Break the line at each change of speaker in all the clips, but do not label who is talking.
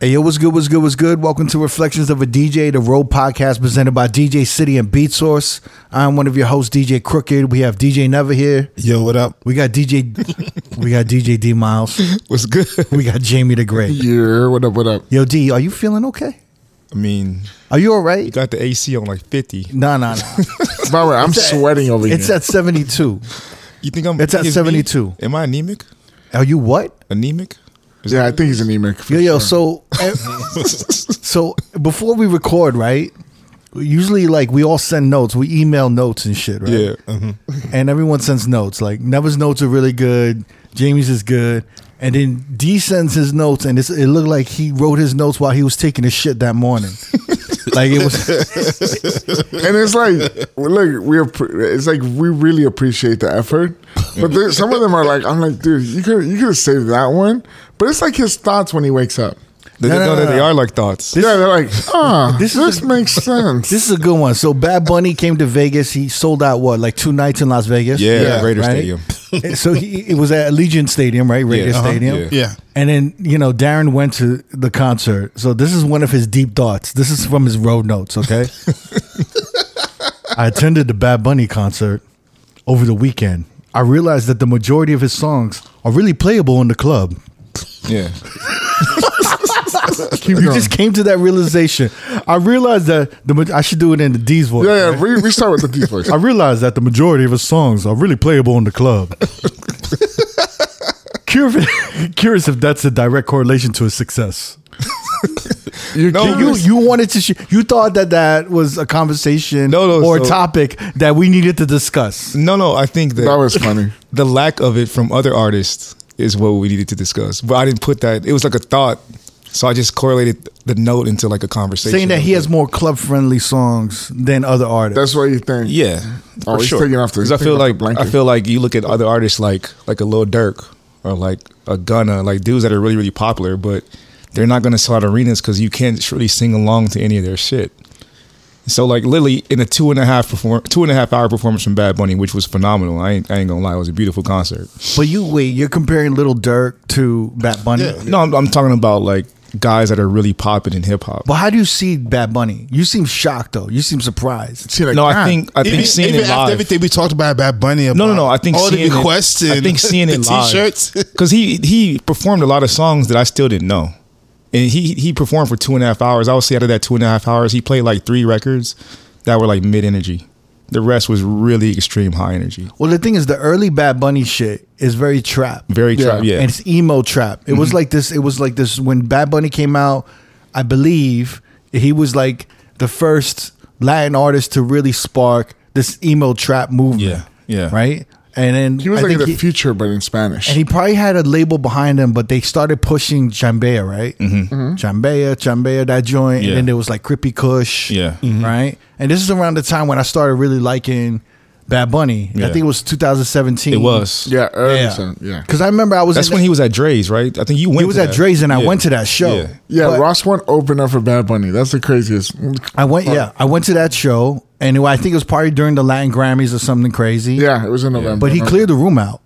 Hey, yo, what's good, what's good, what's good? Welcome to Reflections of a DJ, the Road podcast presented by DJ City and Beat Source. I'm one of your hosts, DJ Crooked. We have DJ Never here.
Yo, what up?
We got DJ, we got DJ D Miles.
What's good?
We got Jamie the Great.
Yeah, what up? What up?
Yo, D, are you feeling okay?
I mean,
Are you all right?
got the AC on like fifty.
No, no, no.
Bro, I'm sweating over
It's
here.
at 72.
You think I'm?
It's at
think
72.
Me? Am I anemic?
Are you what?
Anemic? Is
yeah, I
that-
think he's anemic. for
Yo, yo,
sure.
so eh, so before we record, right? Usually, like we all send notes, we email notes and shit, right?
Yeah.
uh-huh.
hmm
and everyone sends notes. Like Neva's notes are really good. Jamie's is good. And then D sends his notes, and it's, it looked like he wrote his notes while he was taking a shit that morning. like it was,
and it's like, well, look, we appre- it's like we really appreciate the effort, but there, some of them are like, I'm like, dude, you could you could have saved that one, but it's like his thoughts when he wakes up.
They,
No, no,
no,
no,
no, they
no.
are like thoughts.
yeah, they're like, ah,
This
this,
is a-
makes sense.
this is a good one. So Bad Bunny came to Vegas. He sold out what, like two nights in Las Vegas.
yeah,
Yeah,
Raider
right?
Stadium.
And so he, it was at Allegiant Stadium, right? Raider
uh-huh,
Stadium.
yeah.
Yeah.
And then you know Darren went to the concert. So this is one of his deep thoughts. This is from his road notes. Okay. I attended the Bad Bunny concert over the weekend. I realized that the majority of his songs are really playable in the club.
Yeah.
He just came to that realization. I realized that the ma- I should do it in the D's voice.
yeah, yeah. We, we start with the deep voice.
I realized that the majority of his songs are really playable in the club. curious, curious if that's a direct correlation to his success.
You
No,
You you wanted to sh- you thought that that was a conversation
No, no,
or a
so-
topic that we needed to discuss.
No, no. I think that
that was funny.
the lack of it from other artists is what we needed to discuss. But I didn't put that. It was like a thought, so I just correlated the note into like a conversation.
Saying that he has more club friendly songs than other artists.
That's what you think.
Yeah.
Oh,
for
he's
sure.
taking off the-
'Cause I
taking
feel
off the
like
blanket.
I feel like you look at other artists like like a Lil Durk or like a Gunna, like dudes that are really really popular, but they're not going to sell out arenas because you can't really sing along to any of their shit. So like literally in a two and a half perform two and a half hour performance from Bad Bunny, which was phenomenal. I ain't, I ain't gonna lie, it was a beautiful concert.
but you wait, you're comparing Little Dirk to Bad Bunny.
No, I'm, I'm talking about like guys that are really popping in hip hop.
But how do you see Bad Bunny? You seem shocked though. You seem surprised.
See, like,
No, I
God.
think I think
Even,
seeing
even
it
after
live.
everything we talked about Bad Bunny, about
No, no, no. I think
all
seeing
the requests.
It,
And
I think seeing
the
it live.
T-shirts.
because he he performed a lot of songs that I still didn't know, and he he performed for two and a half hours. Obviously, out of that two and a half hours, he played like three records that were like mid energy. The rest was really extreme high energy,
Well, the thing is, the early Bad Bunny shit is very trap.
very trap. Yeah, Mm-hmm.
and it's emo trap. It was like this. It was like this when Bad Bunny came out. I believe he was like the first Latin artist to really spark this emo trap movement.
Yeah, yeah.
right. And then
he was
I
like
think
the
he-
future, but in Spanish.
and he probably had a label behind him, but they started pushing Chambea, right? Mm-hmm. Chambea, Chambea, that joint.
Yeah.
And then there was like Crippy Kush.
Yeah.
Mm-hmm.
Right? And this is around the time when I started really liking Bad Bunny. I
Yeah.
think it was 2017.
it was.
yeah, early
Yeah.
so- yeah.
Because I remember I was
that's
in
when he was at Dre's, right? I think you went.
he was
to
at
that.
Dre's and I
Yeah.
went to that show.
Yeah.
Yeah,
But
Ross won't open up for Bad Bunny. That's the craziest.
I went. Yeah, I went to that show, and it- I think it was probably during the Latin Grammys or something crazy.
Yeah, Mm-hmm. it was in November.
but he cleared the room out.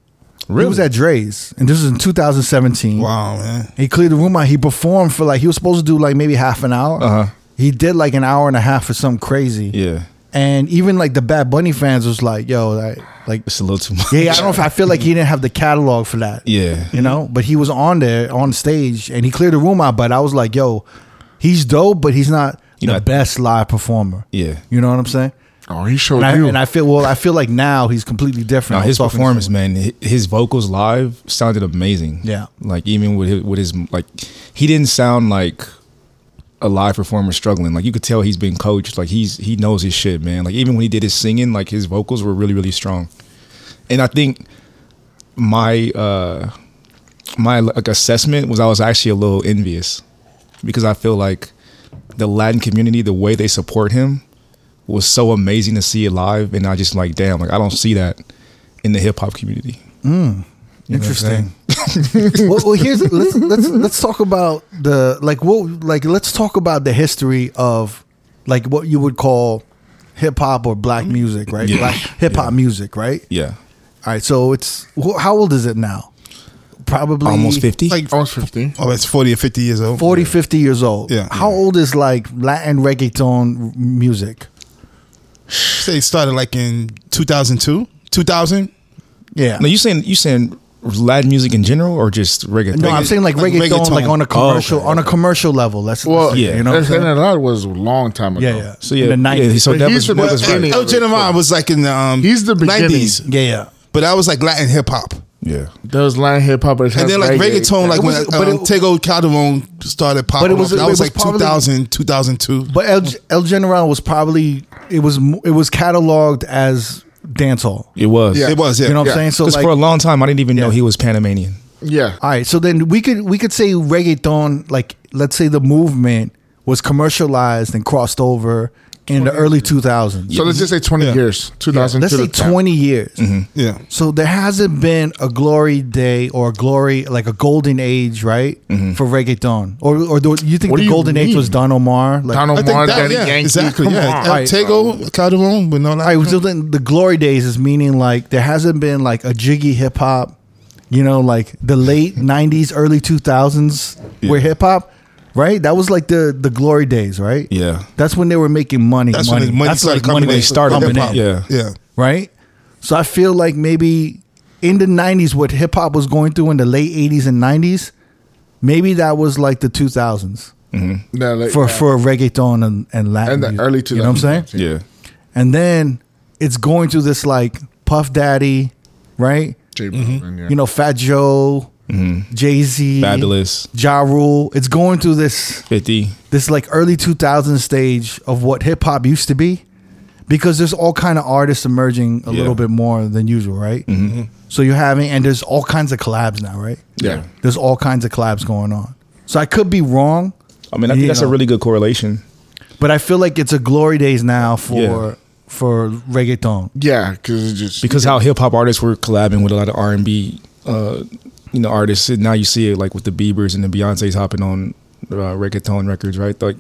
He was at Dre's, and this was in 2017.
Wow, man.
He cleared the room out. He performed for like he was supposed to do like maybe half an hour.
Uh-huh.
He did like an hour and a half or something crazy.
Yeah,
And even like the Bad Bunny fans was like, "Yo, like, like
it's a little too much.
yeah, yeah, I don't know if I feel like he didn't have the catalog for that.
Yeah.
You know, but he was on there on stage and he cleared the room out. But I was like, yo, he's dope, but he's not
You're
the
not-
best live performer.
Yeah.
You know what I'm saying?
Oh, he showed
And I,
you.
and I feel well. I feel like now he's completely different.
Now
I
his
was talking to
performance,
someone.
man, hi- his vocals live sounded amazing.
Yeah.
like even with his, with his like, he didn't sound like a live performer struggling. Like you could tell he's been coached. Like he's he knows his shit, man. Like even when he did his singing, like his vocals were really really strong. And I think my uh my like assessment was I was actually a little envious because I feel like the Latin community, the way they support him, was so amazing to see it live, and I just like, damn, like I don't see that in the hip hop community.
Interesting. well, well, here's let's, let's let's talk about the like what like let's talk about the history of like what you would call hip hop or black music, right?
Yeah.
Black hip hop music, right? All
Yeah,
right, so it's wh- how old is it now? probably
almost 50
Like,
I was 15.
oh, that's 40 or 50 years old.
40, 50 years old.
Yeah.
How old is like Latin reggaeton music?
Say it started like in 2002, 2000.
Yeah.
now you saying you saying Latin music in general or just reggaeton
No, I'm saying like,
like
reggaeton,
reggaeton.
like on a
Oh, okay,
commercial, on a commercial level. Let's,
Well,
yeah,
yeah,
you know, what I'm saying?
SNLR was a long time ago.
yeah, yeah.
so yeah,
in the nineties.
yeah so
But
that
he's
was,
the
that was
best
right.
any-
El General was like in the um,
He's the beginning.
90s,
yeah, yeah.
but I was like Latin hip hop.
yeah
There was Latin hip hop, but it
And
has
then like
reggae.
reggaeton, like
It was-
when
but
um,
it-
Tego Calderon started popping.
But it was-
up. that
it
was,
was
like
probably-
2000, 2002.
But El, El General was probably it was mo- it was cataloged as dancehall.
it was
It was, yeah.
You know what
Yeah.
I'm saying? So
because
like,
for a
all
long time I didn't even know he was Panamanian
yeah.
right. So then we could we could say reggaeton, like let's say the movement was commercialized and crossed over in the early 2000s.
So let's just say 20
Yeah.
years, 2000
let's
to
say
the Mm-hmm. time.
20 years.
Yeah.
So there hasn't been a glory day or a glory like a golden age, right, for reggaeton? Or or do you think
Mm-hmm.
the
What do you
golden age
mean?
was Don Omar? Like,
Don
I think
Omar,
that-
Daddy
yeah,
Yankee.
Exactly.
come
yeah.
on.
El Tego Calderon, but no,
All
like,
right, so then the glory days is meaning like there hasn't been like a jiggy hip hop, you know, like the late '90s, early 2000s, where hip hop, right? That was like the the glory days, right?
Yeah.
that's when they were making money.
that's
money.
when the money
that's
started
like
coming
money
in.
they started
Hip
coming
hop.
in,
Yeah.
Yeah.
right? So I feel like maybe in the '90s, what hip hop was going through in the late '80s and '90s, maybe that was like the 2000s
No, like,
for for reggaeton and and Latin
And the
music,
early
You know what I'm saying?
2000s.
yeah
and then it's going through this like Puff Daddy, right?
J Balvin, yeah.
mm-hmm. You know, Fat Joe, Jay Z,
Fabulous
Ja Rule. It's going through this
50
this like early 2000 stage of what hip hop used to be, because there's all kind of artists emerging a
Yeah.
little bit more than usual, right? So you're having and there's all kinds of collabs now, right?
yeah.
There's all kinds of collabs going on. So I could be wrong,
I mean I think
You
that's a
know.
really good correlation
but I feel like it's a glory days now for
Yeah.
for reggaeton.
Yeah, because it just
because how hip hop artists were collabing with a lot of R and B, uh, you know, artists. And now you see it like with the Bieber's and the Beyonces hopping on uh, reggaeton records, right? Like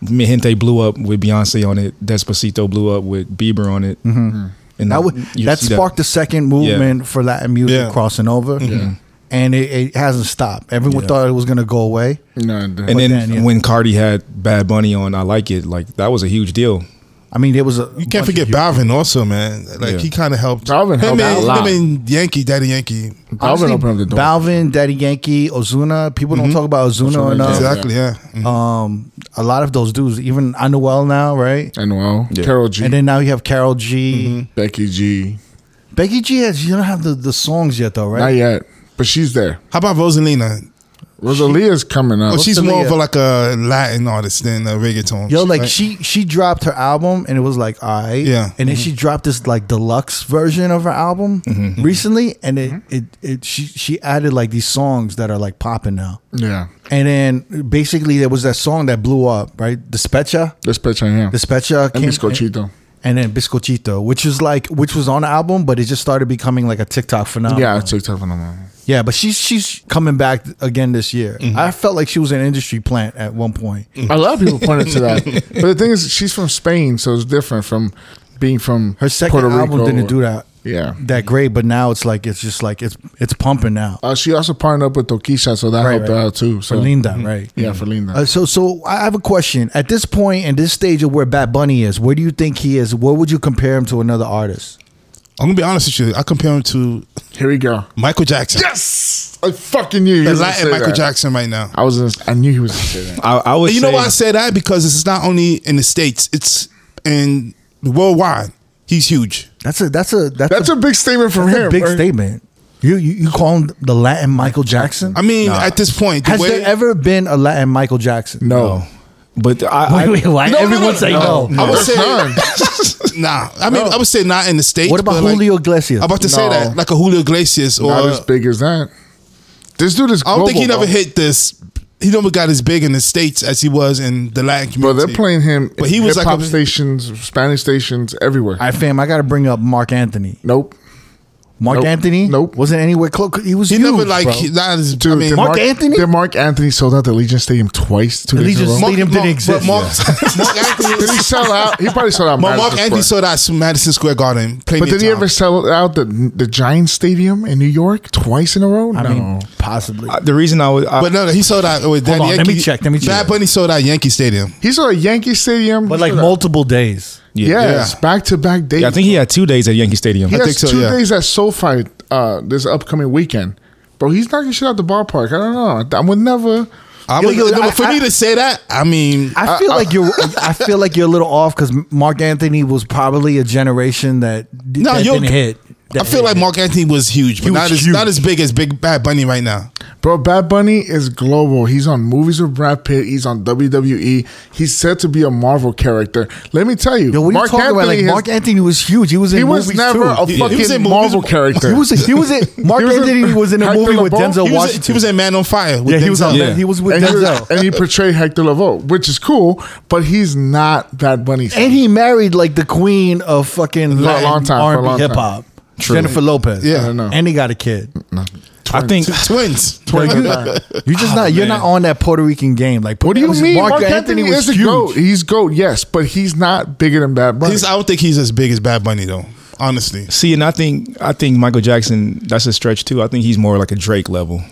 Mi Gente blew up with Beyonce on it. Despacito blew up with Bieber on it. Mm-hmm. And
That would
you
that
see
sparked the second movement for Latin music
Yeah.
crossing over, and it, it hasn't stopped. Everyone
Yeah.
thought it was going to go away.
no, it doesn't.
And then,
then, yeah.
when Cardi had Bad Bunny on "I Like It," like that was a huge deal.
I mean, there was a
You can't forget Balvin also, man. Like
Yeah.
he kind of helped.
Balvin helped
him
out a
and,
lot.
him and Yankee, Daddy Yankee.
Balvin opened up the door.
Balvin, Daddy Yankee, Ozuna. People don't talk about Ozuna
Ozuna,
enough.
Exactly. Yeah. Mhm.
Um, a lot of those dudes, even Anuel now, right?
and well,
Yeah.
Carol G, Mm-hmm.
And then now you have Carol G.
Becky G.
Becky G has you don't have the, the songs yet though,
Not
right?
yet, but she's there.
How about Rosalina?
Rosalia's coming up.
Oh, she's more
Rosalía.
of a, like a Latin artist than a reggaeton.
Yo, like she she dropped her album and it was like all right,
Yeah.
And
Mm-hmm.
then she dropped this like deluxe version of her album recently, and it, it it she she added like these songs that are like popping now.
yeah.
And then basically there was that song that blew up, right? Despecha,
This bitch on him.
Despecha,
and
came-
Biscochito.
and then Biscochito, which is like which was on the album, but it just started becoming like a TikTok phenomenon.
yeah, TikTok phenomenon.
Yeah, but she's she's coming back again this year.
Mm-hmm.
I felt like she was an industry plant at one point.
A lot of people pointed to that, but the thing is, she's from Spain, so it's different from being from
Her second
Puerto
album
Rico.
didn't do that
Yeah.
that great, but now it's like it's just like it's it's pumping now.
Uh, she also partnered up with Tokisha, so that
Right,
helped her
right.
out too. So Mm-hmm.
For Linda, right?
yeah, for Linda.
Uh, so so I have a question. At this point in this stage of where Bad Bunny is, where do you think he is? Where would you compare him to another artist?
I'm gonna be honest with you. I compare him to
Here we go.
Michael Jackson.
Yes, I fucking knew you.
The
was gonna
Latin
say
Michael
that.
Jackson right now.
I was. Gonna, I knew he was gonna say that.
I, I would.
And you know
say-
why I say that? Because it's not only in the states; it's in worldwide. He's huge.
That's a that's a that's,
That's a big statement from
that's
him.
a big
right?
statement. You, you you call him the Latin Michael Jackson?
I mean, at this point, the
Has
way,
there ever been a Latin Michael Jackson?
No,
But I,
Wait, wait, why?
No, no,
Everyone
no,
say no.
I would
There's
say
none.
nah. I mean, I would say not in the states.
What about
but like-
Julio Iglesias?
I'm about to say
No.
that like a Julio Iglesias or
not as big as that. This dude is.
I don't think he
global,
never
though.
hit this. He never got as big in the states as he was in the Latin
Bro,
community.
they're playing him.
But he was like
hip-hop
a-
stations, Spanish stations, everywhere.
All right, fam, I got to bring up Mark Anthony.
nope.
Mark
Nope.
Anthony?
Nope.
Wasn't anywhere close. He was
He
huge,
never like
bro.
that is. I
Dude,
mean,
did
Mark Anthony?
Did Mark Anthony sold out the Legion Stadium twice? Two days in
Allegiant
a row?
Stadium didn't exist.
But Mark, Mark Anthony,
Did he sell out? He probably sold out.
but Mark
Madison Square.
Anthony sold out to Madison Square Garden. Plenty
But
of
did he
time.
ever sell out the the Giants Stadium in New York twice in a row? No.
I mean, possibly.
I- the reason I was, I,
But no, no, he sold out. Wait, Daddy
on, let
Yankee-
me check, let me check.
Bad Bunny sold out Yankee Stadium.
he sold out Yankee Stadium.
but
He
like
sold out-
multiple days.
yes,
yeah.
back to back days.
I think he had two days at Yankee Stadium.
He
I
has
think so.
two
yeah.
days at SoFi uh, this upcoming weekend. Bro, he's knocking shit out the ballpark. I don't know. I would never.
I
Yo,
would,
yo,
no,
I-
but for
I-
me to say that, I mean,
I feel like you're. I feel like you're a little off because Mark Anthony was probably a generation that, d-
No,
that
yo,
didn't hit.
I
that
feel like
hit.
Mark Anthony was huge, but
He was
not as
huge.
not as big as Big Bad Bunny right now.
Bro, Bad Bunny is global. He's on movies with Brad Pitt. He's on WWE. He's said to be a Marvel character. Let me tell you,
Yo, what are you talking about? Like
has-
Mark Anthony was huge. He was in
he was
movies
never
too.
a
He- he
fucking
was in movies
Marvel
with-
character.
he was. He was. In, Mark
was in
Anthony was in a
Hector
movie with
Lavoe?
Denzel
He was,
Washington.
he was in Man on Fire. With
yeah, he was.
Denzel.
on-
Yeah.
He was with
and, he was-
Denzel.
and he portrayed Hector Lavoe, which is cool, but he's not Bad Bunny.
And he married like the queen of fucking
a
Latin
long time, for a long
R&B
time.
hip hop,
True.
Jennifer Lopez.
Yeah. I
don't know.
And he got a kid.
I think
Twins.
You're just not. You're
man.
not on that Puerto Rican game. Like,
what do you
Mark
mean?
Mark, Anthony, was
is a
huge.
goat. He's goat, yes, but he's not bigger than Bad Bunny.
He's, I don't think he's as big as Bad Bunny though. Honestly,
see, and I think I think Michael Jackson. That's a stretch too. I think he's more like a Drake level.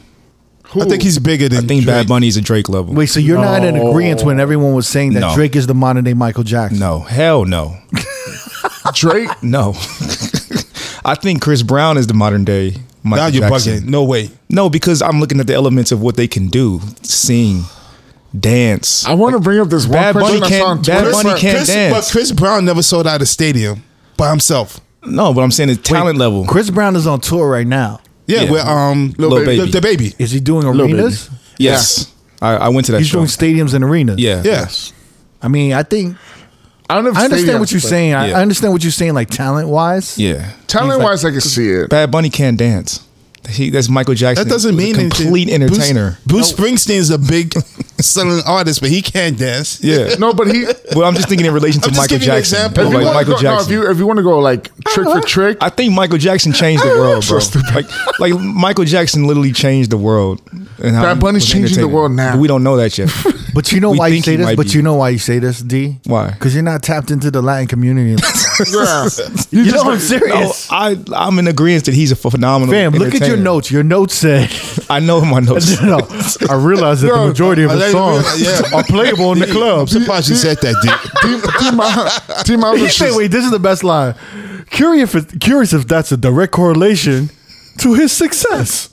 I think he's bigger than.
I think
Drake.
Bad Bunny's a Drake level.
Wait, so you're not in
No.
agreement when everyone was saying that
No.
Drake is the modern day Michael Jackson?
No, hell no,
Drake.
no. I think Chris Brown is the modern day. Michael
Now you're
Jackson.
bugging. No way.
No, because I'm looking at the elements of what they can do: sing, dance.
I want to bring up this one
Bad
question
Bunny
I saw on
can't- Bad
Twitter.
Bunny can't
Chris,
dance.
But Chris Brown never sold out a stadium by himself.
No, but I'm saying it's
Wait,
talent level.
Chris Brown is on tour right now.
Yeah,
Yeah.
with um
Lil
the-
Baby.
the baby.
Is he doing
Lil
arenas?
yes, I, I went to that
He's
show.
doing stadiums and arenas.
yeah,
Yeah.
I mean, I think
I don't know if
I understand
stadiums,
what you're
but-
saying. I
Yeah.
I understand what you're saying, like talent wise.
yeah.
Talent wise, I can see it.
Bad Bunny can't dance. He, that's Michael Jackson.
That doesn't
He's
mean
a complete
anything. Bruce-
entertainer.
Bruce, Springsteen's a big selling artist, but he can't dance.
Yeah,
No, but he.
but I'm just thinking in relation to
I'm just
Michael
giving you an
Jackson.
example.
Like
If you wanna
Michael
go, no, if
Jackson.
you if you want to go like trick for trick,
I think Michael Jackson changed the world, bro. like, like Michael Jackson literally changed the world. And how
Bad
he
Bunny's
was an
changing the
entertainer.
world now.
But we don't know that yet.
But you know
We
why you
think
say
he
this.
might
But
be.
you know why you say this, D?
Why?
Because you're not tapped into the Latin community.
yeah.
you
just-
know, I'm serious.
No, I I'm in agreement that he's a phenomenal.
Fam, look at your
entertainer.
notes. Your notes said,
I know my notes.
no, I realize that the majority of
I
his
like-
songs
yeah.
are playable in the
I'm
clubs.
surprised you said that, dude.
Team Team Miles- Team Miles
He
was
said,
just-
wait, this is the best line. Curious if, curious if that's a direct correlation to his success.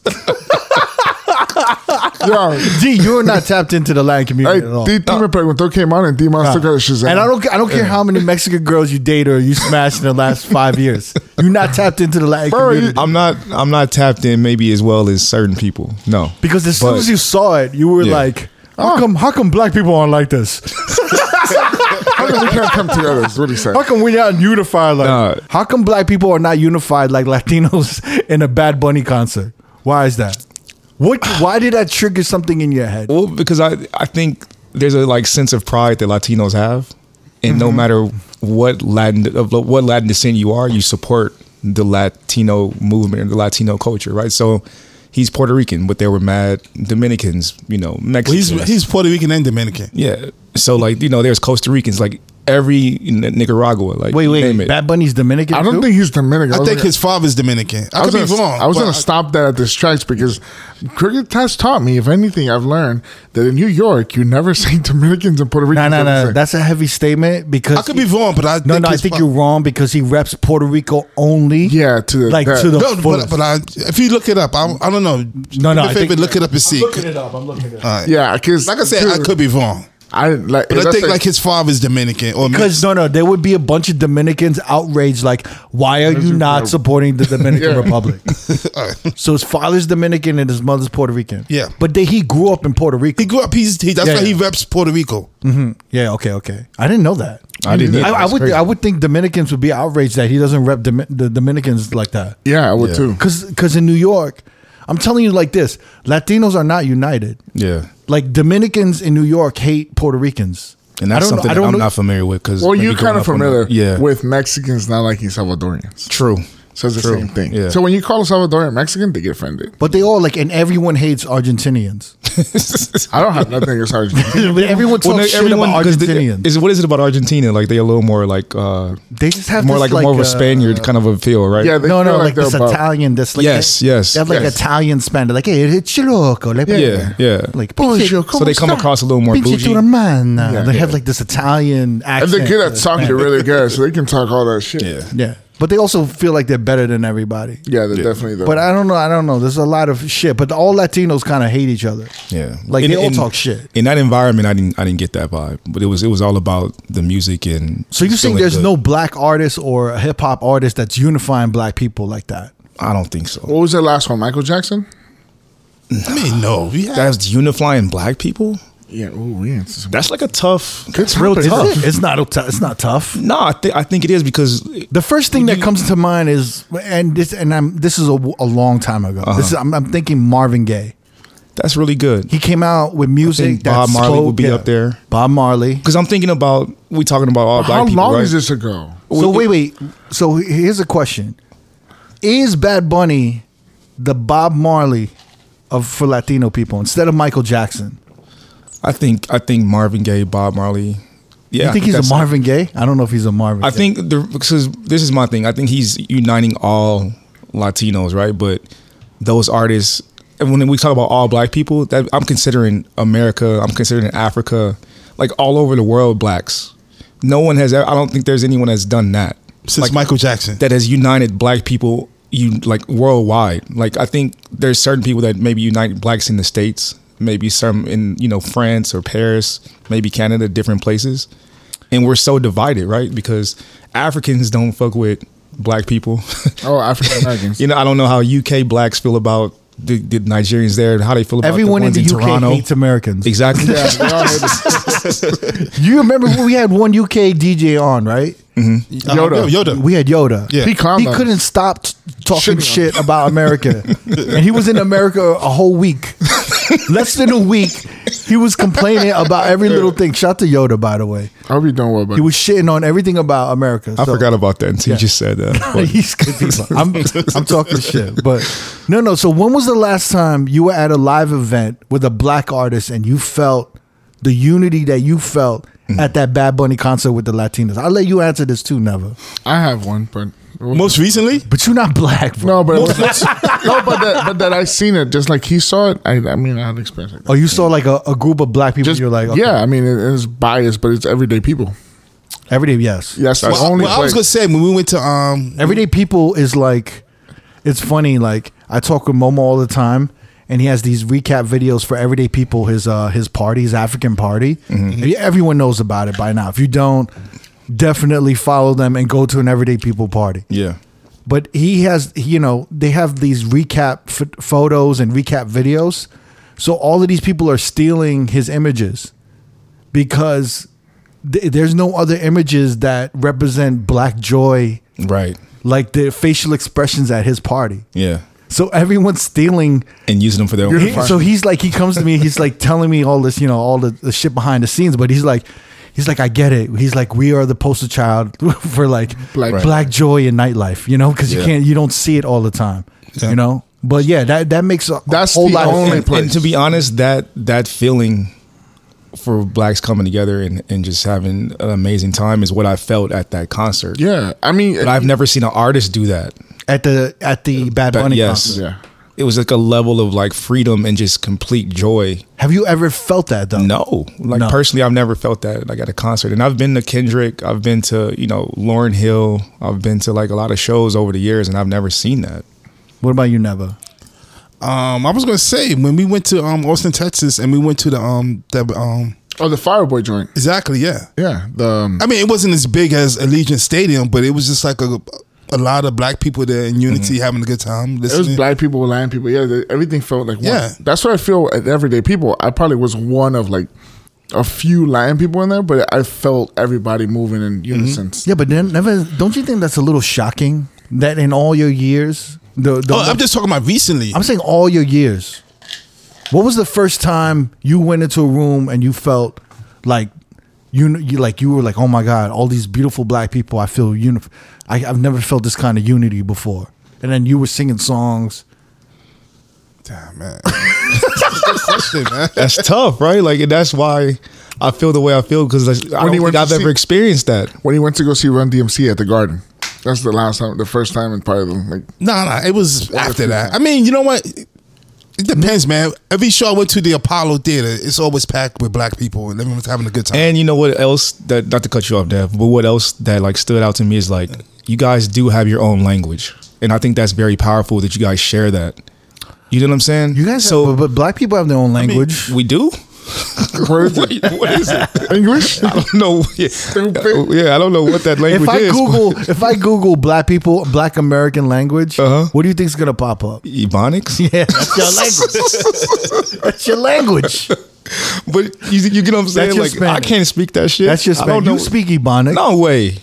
yeah.
D, you're not tapped into the Latin
Hey,
community at all.
D- Team preguntó que mal, and Team Miles took out of Shazam.
And I don't, I don't care how many Mexican girls you date or you smashed in the last five years. You're not tapped into the Latin
Bro,
community.
I'm not I'm not tapped in maybe as well as certain people. No,
Because as soon
But-
as you saw it, you were
Yeah.
like, how come, how come black people aren't like this?
How come we can't come together? Is what he said.
How come we're not unified? Like,
Nah.
how come black people are not unified like Latinos in a Bad Bunny concert? Why is that? What? Why did that trigger something in your head?
well because I I think there's a like sense of pride that Latinos have, and
Mm-hmm.
no matter what Latin of what Latin descent you are, you support the Latino movement and the Latino culture, right? So. He's Puerto Rican, but there were mad Dominicans, you know,
Well,
Mexicans.
he's he's Puerto Rican and Dominican.
yeah. So like, you know, there's Costa Ricans, like every N- Nicaragua, like
Wait, wait.
name it.
Bad Bunny's Dominican.
I don't
too?
think he's Dominican.
I
was
think
gonna-
his father's Dominican. I,
I was
could be
gonna-
wrong.
I was
but
gonna stop that at the strikes because cricket has taught me. If anything, I've learned that in New York, you never say Dominicans and Puerto
No,
Ricans.
no,
are the
no.
same.
That's a heavy statement because
I could be wrong, but I
No,
think
no. I
his
think
fa-
you're wrong because he reps Puerto Rico only.
Yeah, to the-
like
that-
to the
No, but,
fullest.
but I, if you look it up, I, I don't know.
No, no,
If
I think-
look it up and see.
it up. I'm looking it
Uh,
up.
yeah, because
Like I said, I could be wrong,
I like,
but I
that's
think like his father's Dominican or
Because no, no, there would be a bunch of Dominicans outraged, like, why are you not supporting the Dominican
Yeah.
Republic? so his father's Dominican and his mother's Puerto Rican.
Yeah.
but they, he grew up in Puerto Rico.
he grew up. He's he, that's
Yeah,
why he
yeah.
reps Puerto Rico.
yeah, okay, okay. I didn't know that.
I didn't either.
I, I
That's
would, I would think Dominicans would be outraged that he doesn't rep Domi- the Dominicans like that.
yeah, I would too.
Because, because in New York, I'm telling you like this: Latinos are not united.
yeah.
Like Dominicans in New York hate Puerto Ricans.
And that's
I don't know-
something
I
that
don't
I'm
know-
not familiar with because
Well, you're kind of familiar
yeah,
with Mexicans not liking Salvadorians.
true.
says the
True.
same thing.
Yeah.
So when you call a Salvadorian Mexican, they get offended.
But they all like, and everyone hates Argentinians.
I don't have nothing against Argentina.
everyone talks
Well, no,
shit
everyone
about
because the-
Argentinians.
is what is it about Argentina? Like they're a little more like uh,
they just have
more
this,
like, more of
uh,
a Spaniard kind of a feel, right?
Yeah, they
no,
feel
no,
like
like,
they're
this
above.
Italian. This like
Yes,
they,
yes,
They have like
yes.
Italian Spanish. Like hey, it's loco. Like,
Yeah, yeah.
Like
Bonjour,
"Pinche-
So they come
¿cómo está?
across a little more
Pinche
bougie.
tu hermana." They have like this Italian
And
accent.
they're good at soccer, they're really good, so they can talk all that shit.
yeah.
Yeah, but they also feel like they're better than everybody.
Yeah, they're definitely the
But I don't know. I don't know. There's a lot of shit. But all Latinos kind of hate each other.
Yeah,
Like, they all talk shit.
In that environment, I didn't I didn't get that vibe, but it was it was all about the music and.
So you're saying
feeling
there's
good.
no black artist or hip hop artist that's unifying black people like that?
I don't think so.
what was the last one? Michael Jackson?
I mean, no. Yeah.
That's unifying black people.
Yeah. Ooh, yeah. It's,
That's like a tough.
it's
real
happening.
tough.
It's not. It's not tough.
No, I think I think it is because
The first thing that comes to mind is, and this, and I'm. This is a, a long time ago.
Uh-huh.
This is. I'm, I'm thinking Marvin Gaye.
that's really good.
He came out with music.
think Bob
that's
Marley
slow-
would be up there.
Bob Marley.
Because I'm thinking about we talking about all black
How
people.
long
right?
is this ago?
So wait, wait. So here's a question: Is Bad Bunny the Bob Marley of for Latino people instead of Michael Jackson?
I think I think Marvin Gaye, Bob Marley. Yeah,
you
I
think he's
that's-
a Marvin Gaye? I don't know if he's a Marvin.
I
Gaye.
think the because this is my thing. I think he's uniting all Latinos, right? But those artists, and when we talk about all black people, that I'm considering America, I'm considering Africa, like all over the world, blacks. No one has. e, I don't think there's anyone that's done that
Since
Like,
Michael Jackson.
that has united black people you like worldwide. Like I think there's certain people that maybe unite blacks in the states, maybe some in you know France or Paris, maybe Canada, different places, and we're so divided, right? Because Africans don't fuck with black people.
Oh, African Americans.
you know, I don't know how UK blacks feel about the, the Nigerians there, how they feel about
everyone
the
in
ones
the
in
UK
Toronto.
hates Americans.
Exactly.
You remember when we had one UK DJ on, right?
Uh,
Mm-hmm. Yoda.
Yoda.
We had Yoda.
Yeah.
He clowned
he
on
couldn't stop t- talking
Shitting on
shit about America, and he was in America a whole week, less than a week. He was complaining about every little thing. Shout to Yoda, by the way.
I hope you don't worry about
He was shitting on everything about America.
I
so-
forgot about that until
Yeah.
you just said uh, that. But-
He's good people. I'm, I'm talking shit, but no, no. So when was the last time you were at a live event with a black artist and you felt the unity that you felt at that Bad Bunny concert with the Latinos? I'll let you answer this too, Never.
I have one, but
Most recently?
But you're not black, bro.
no, but it was, no, but that, but that I seen it just like he saw it. I, I mean, I had experience like that.
Oh, you saw like a, a group of black people.
Just
you're like, okay.
yeah. I mean, it, it's biased, but it's everyday people.
everyday. Yes,
Yes, that's the
Well,
only
well, I was
place.
gonna say when we went to um
everyday people is like, it's funny. Like I talk with Momo all the time. And he has these recap videos for everyday people. His uh, his party, his African party. And Everyone knows about it by now. If you don't, definitely follow them and go to an everyday people party.
yeah.
but he has he- you know they have these recap f- photos and recap videos so all of these people are stealing his images because th- there's no other images that represent black joy
Right.
like the facial expressions at his party
Yeah.
so everyone's stealing
And using them for their own.
he- so he's like, he comes to me, he's like telling me all this, you know, all the, the shit behind the scenes, but he's like, he's like, I get it. He's like, we are the poster child for like
Black-
black,
Right.
joy in nightlife, you know, because you
Yeah.
can't, you don't see it all the time,
Yeah.
you know. But yeah, that that makes a
That's
whole
the
lot.
only-
of
and,
place.
and to be honest, that that feeling for blacks coming together and, and just having an amazing time is what I felt at that concert.
yeah, I mean,
But I've never seen an artist do that.
at the at the Bad
But
Bunny
yes.
concert.
yeah.
It was like a level of like freedom and just complete joy.
Have you ever felt that though?
No, like
No.
personally, I've never felt that like at a concert. And I've been to Kendrick, I've been to you know Lauren Hill, I've been to like a lot of shows over the years, and I've never seen that.
What about you, Never?
um I was gonna say when we went to um Austin, Texas, and we went to the um the um
Oh, the Fireboy joint.
exactly yeah.
Yeah, the um,
I mean it wasn't as big as Allegiant Stadium, but it was just like a a lot of black people there in unity having a good time.
it was
Listening.
black people, Latin people. Yeah, they, everything felt like one.
Yeah.
That's what I feel at everyday people. I probably was one of like a few Latin people in there, but I felt everybody moving
Mm-hmm.
in unison.
Yeah, but then Never, don't you think that's a little shocking that in all your years, the, the
Oh, I'm just talking about recently.
I'm saying all your years. What was the first time you went into a room and you felt like you, you like you were like, oh my god, all these beautiful black people. I feel uni- I, I've never felt this kind of unity before. And then you were singing songs.
Damn man.
That's tough, right? Like and that's why I feel the way I feel because I
When
don't
he
think
went to
I've
see-
ever experienced that.
when he went to go see Run DMC at the Garden. That's the last time, the first time in probably like
Nah, nah. It was after that. I mean, you know what? It depends, man. Every show I went to the Apollo Theater, it's always packed with black people, and everyone's having a good time.
And you know what else? That not to cut you off, Dev, but what else that like stood out to me is like you guys do have your own language, and I think that's very powerful that you guys share that. You know what I'm saying?
You guys, so
so
but, but black people have their own language.
we do.
where is it?
Wait, what is it?
English?
I don't know. Yeah. Uh,
Stupid.
yeah, I don't know what that language
if I
is.
Google, if I Google black people, black American language,
Uh-huh.
what do you think's gonna pop up?
Ebonics,
Yeah, that's your language. that's your language.
but you, you get what I'm saying?
your
Like I
Spanish.
can't speak that shit.
That's just
I don't
bad.
know.
You speak Ebonic.
No way.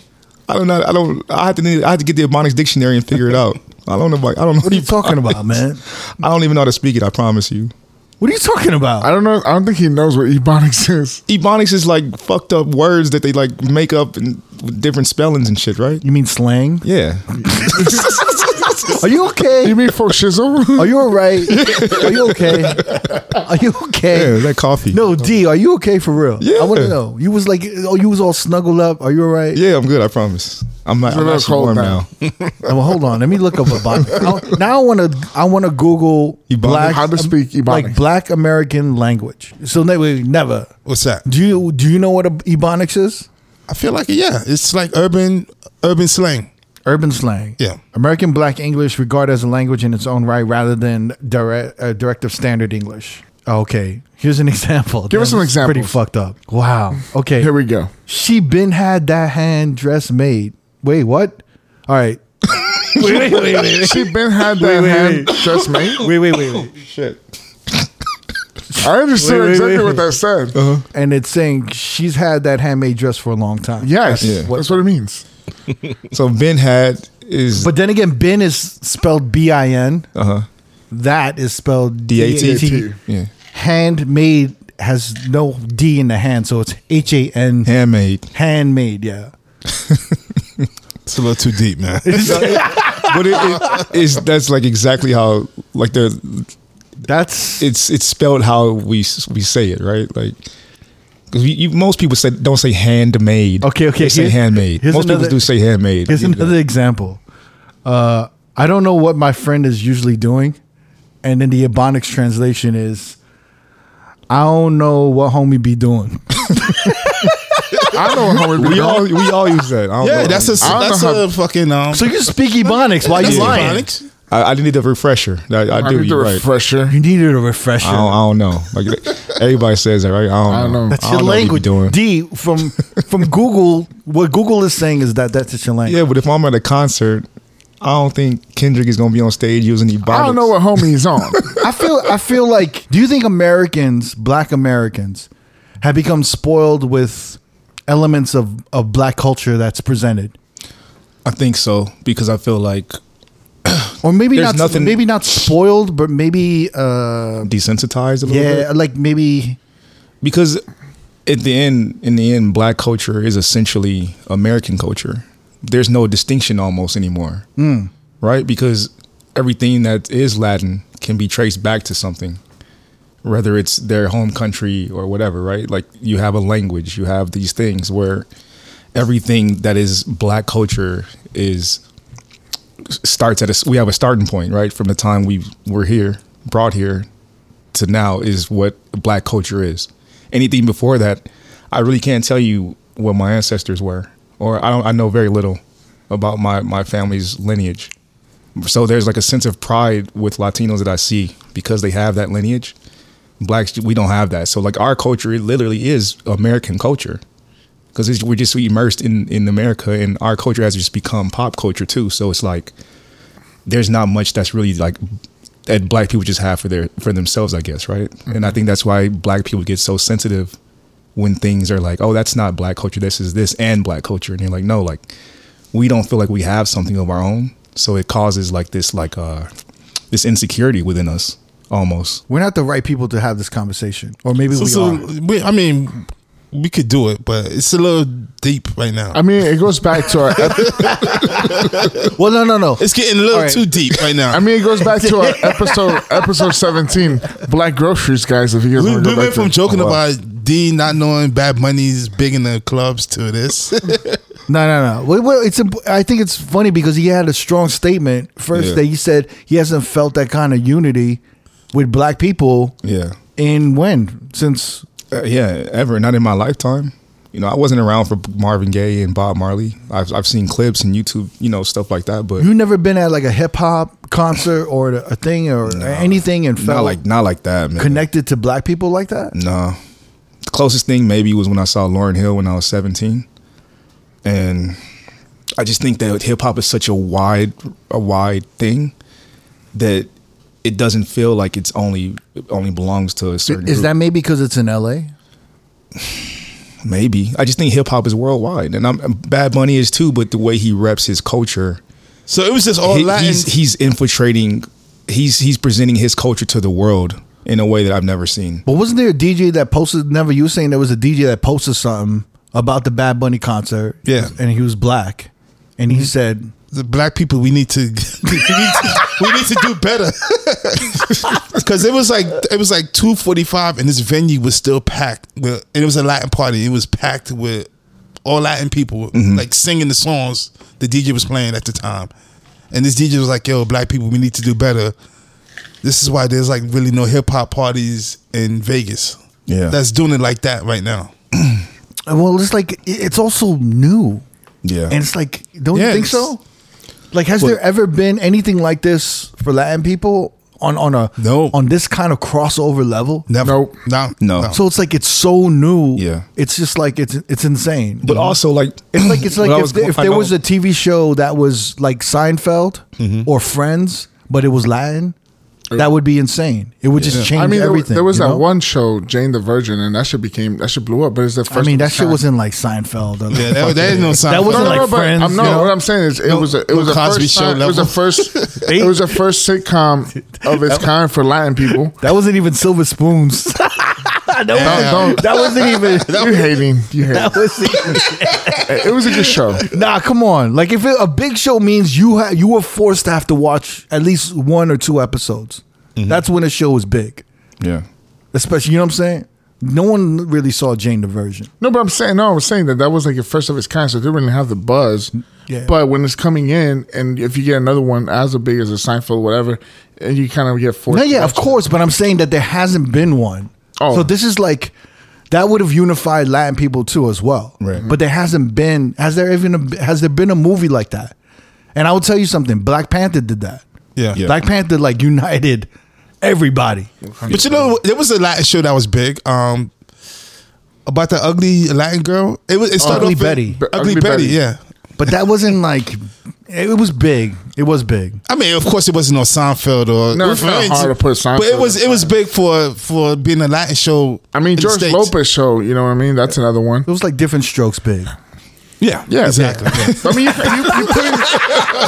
I don't know. I don't. I have to. Need, I have to get the Ebonics dictionary and figure it out. I don't know. Like, I don't know.
What are you talking about, man?
I don't even know how to speak it. I promise you.
What are you talking
I
about?
don't know. I don't think he knows what Ebonics is.
Ebonics is like fucked up words that they like make up and with different spellings and shit, right?
You mean slang?
Yeah.
Are you okay?
You mean folk shizzle?
Are you all right? Are you okay? Are you okay?
Yeah, that coffee.
No, D, are you okay for real?
Yeah.
I want to know. You was like, oh, you was all snuggled up. Are you all right?
Yeah, I'm good. I promise. I'm not.
a
I'm
little
actually
cold
warm now.
now.
Well, hold on. Let me look up Ebonic. I- now I want to. I want to Google
Ebonic?
black
How to speak Ebonic.
like Black American language. So never, never.
What's that?
Do you do you know what a Ebonics is?
I feel like yeah, it's like urban urban slang.
Urban slang.
Yeah.
American Black English regarded as a language in its own right, rather than direct, uh, directive standard English. Okay, here's an example.
Give us
Damn,
some
this is Pretty
examples.
fucked up. Wow. Okay.
Here we go.
She been had that hand dress made. Wait, what? All right. wait, wait, wait, wait, wait.
She been had that
wait,
hand
wait.
just made.
Wait, wait, wait, wait.
Shit.
I
Wait,
understood
wait,
exactly
wait. Uh-huh.
what that said.
And it's saying she's had that handmade dress for a long time.
Yes,
Yeah.
that's what it means.
So Ben had is
But then again, bin is spelled B I N.
uh huh.
That is spelled D A
D-A-T.
T.
Yeah.
Handmade has no D in the hand, so it's H A N.
Handmade.
Handmade, yeah.
It's a little too deep, man.
But it, it is that's like exactly how like they're
That's
it's it's spelled how we s- we say it, right? Like 'cause you, you, most people say don't say handmade.
Okay, okay,
They say
here-
handmade.
here's
Most
another-
people do say handmade.
here's another example. Uh, I don't know what my friend is usually doing, and then the Ebonics translation is, I don't know what homie be doing.
I know how it
we
be
all
all.
we all use that. I don't
yeah,
know.
that's a
I don't
that's
know how-
a fucking um.
So you speak Ebonics while
that's
you lying.
Ebonics.
I, I need a refresher. I, I
I
do.
need the
You're right.
refresher.
You needed a refresher.
I don't, I don't know. Like everybody says that, right? I don't,
I don't know.
That's
I
your
don't know what you be
language.
doing.
D from from Google. What Google is saying is that that's your language.
Yeah, but if I'm at a concert, I don't think Kendrick is gonna be on stage using Ebonics.
I don't know what homie's on.
I feel I feel like. Do you think Americans, Black Americans, have become spoiled with elements of of Black culture that's presented,
I think so because I feel like
or maybe
There's
not
nothing-
maybe not spoiled, but maybe uh,
desensitized a little bit.
yeah, like maybe
because at the end in the end black culture is essentially american culture there's no distinction almost anymore right because everything that is latin can be traced back to something whether it's their home country or whatever right like you have a language you have these things where everything that is black culture is starts at a we have a starting point right from the time we were here brought here to now is what black culture is. Anything before that, I really can't tell you what my ancestors were, or I don't. I know very little about my my family's lineage. So there's like a sense of pride with Latinos that I see because they have that lineage. Blacks, we don't have that. So like our culture, it literally is American culture because we're just immersed in in America, and our culture has just become pop culture too. So it's like there's not much that's really like that black people just have for their for themselves, I guess, right? And I think that's why black people get so sensitive when things are like, oh, that's not black culture. This is this and black culture, and you're like, no, like we don't feel like we have something of our own, so it causes like this like uh this insecurity within us almost.
we're not the right people to have this conversation, or maybe
So,
we
so
are.
we, I mean, we could do it, but it's a little deep right now.
I mean, it goes back to our. ep-
Well, no, no, no.
it's getting a little
All right.
too deep right now.
I mean, it goes back to our episode episode seventeen, Black Groceries, guys. If you guys
we,
want to
we
go back
went from
there.
joking
Oh, wow.
about D not knowing Bad Money's big in the clubs to this.
No, no, no. Well, well, it's imp- I think it's funny because he had a strong statement first
Yeah.
that he said he hasn't felt that kind of unity with black people
Yeah.
in when since
Uh, yeah, ever. Not in my lifetime. You know, I wasn't around for Marvin Gaye and Bob Marley. I've, I've seen clips and YouTube, you know, stuff like that, but
you never been at like a hip hop concert or a thing or anything and
not
felt
like not like that, man.
connected to black people like that.
No. The closest thing maybe was when I saw Lauren Hill when I was 17. And I just think that hip hop is such a wide a wide thing that it doesn't feel like it's only it only belongs to a certain
Is
group.
that maybe because it's in L.A.?
maybe. I just think hip hop is worldwide. And I'm Bad Bunny is too, but the way he reps his culture
so it was just all
he-
Latin.
he's he's infiltrating he's he's presenting his culture to the world in a way that I've never seen.
But wasn't there a DJ that posted? Never you were saying there was a DJ that posted something about the Bad Bunny concert.
Yeah.
and he was black, and he said,
the black people, we need to we need to, we need to do better. Because it was like it was like two forty five, and this venue was still packed. With, and it was a Latin party. It was packed with all Latin people,
Mm-hmm.
like singing the songs the DJ was playing at the time. And this DJ was like, "Yo, black people, we need to do better." This is why there's like really no hip hop parties in Vegas.
Yeah.
that's doing it like that right now.
Uh, "Well, it's like it- it's also new,
Yeah.
and it's like, don't you
Yeah,
think
it's-
so? Like, has there ever been anything like this for Latin people on on a
No.
on this kind of crossover level?
Never, no,
No.
So it's like it's so new.
Yeah.
it's just like it's it's insane.
but also like
Mm-hmm. It's like it's like
when I
if,
was-
there- if
I
there
know-
was a TV show that was like Seinfeld or Friends, but it was Latin, that would be insane. It would just change
I mean, there,
everything.
there was
you
that
know?
one show, Jane the Virgin, and that shit became that shit blew up. But it's the first.
I mean,
of
that
its
shit
kind.
was in like Seinfeld. Or, like,
yeah, that, that ain't no sign.
That
No,
wasn't
no,
like
no, but
Friends,
I'm no.
you know?
What I'm saying is, it
No-
was a, it
no
was a
Cosby
first
Show
time, it was a
level.
first it was a first sitcom of its kind for Latin people.
that wasn't even Silver Spoons. that,
Damn.
wasn't, that wasn't even.
You hating? You hating?
That wasn't even-
It was a good show.
nah, come on. Like, if it, a big show means you ha- you were forced to have to watch at least one or two episodes, that's when a show is big.
Yeah.
Especially, you know what I'm saying? No one really saw Jane the Virgin.
No, but I'm saying no. I'm saying that that was like the first of its kind, so they didn't have the buzz.
Yeah.
But when it's coming in, and if you get another one as big as a Seinfeld, whatever, and you kind of get forced.
No,
to
yeah,
watch
of course, but I'm saying that there hasn't been one.
Oh.
So this is like that would have unified Latin people too as well.
Right.
But there hasn't been has there even a, has there been a movie like that? And I will tell you something, Black Panther did that.
Yeah.
Yeah.
Black Panther like united everybody.
But you know, there was a Latin show that was big. Um, about the ugly Latin girl. It was it started
Ugly
off in-
Betty.
Ugly, Betty. Yeah.
But that wasn't like it was big. It was big.
I mean, of course, it wasn't on Seinfeld or
No, it's not hard to put Seinfeld
But it was it was
on.
big for for being a Latin show.
I mean,
in the
George
States.
Lopez show. You know what I mean? That's another one.
It was like different strokes big.
Yeah,
Yeah,
exactly.
yeah. I mean, you, you, you putting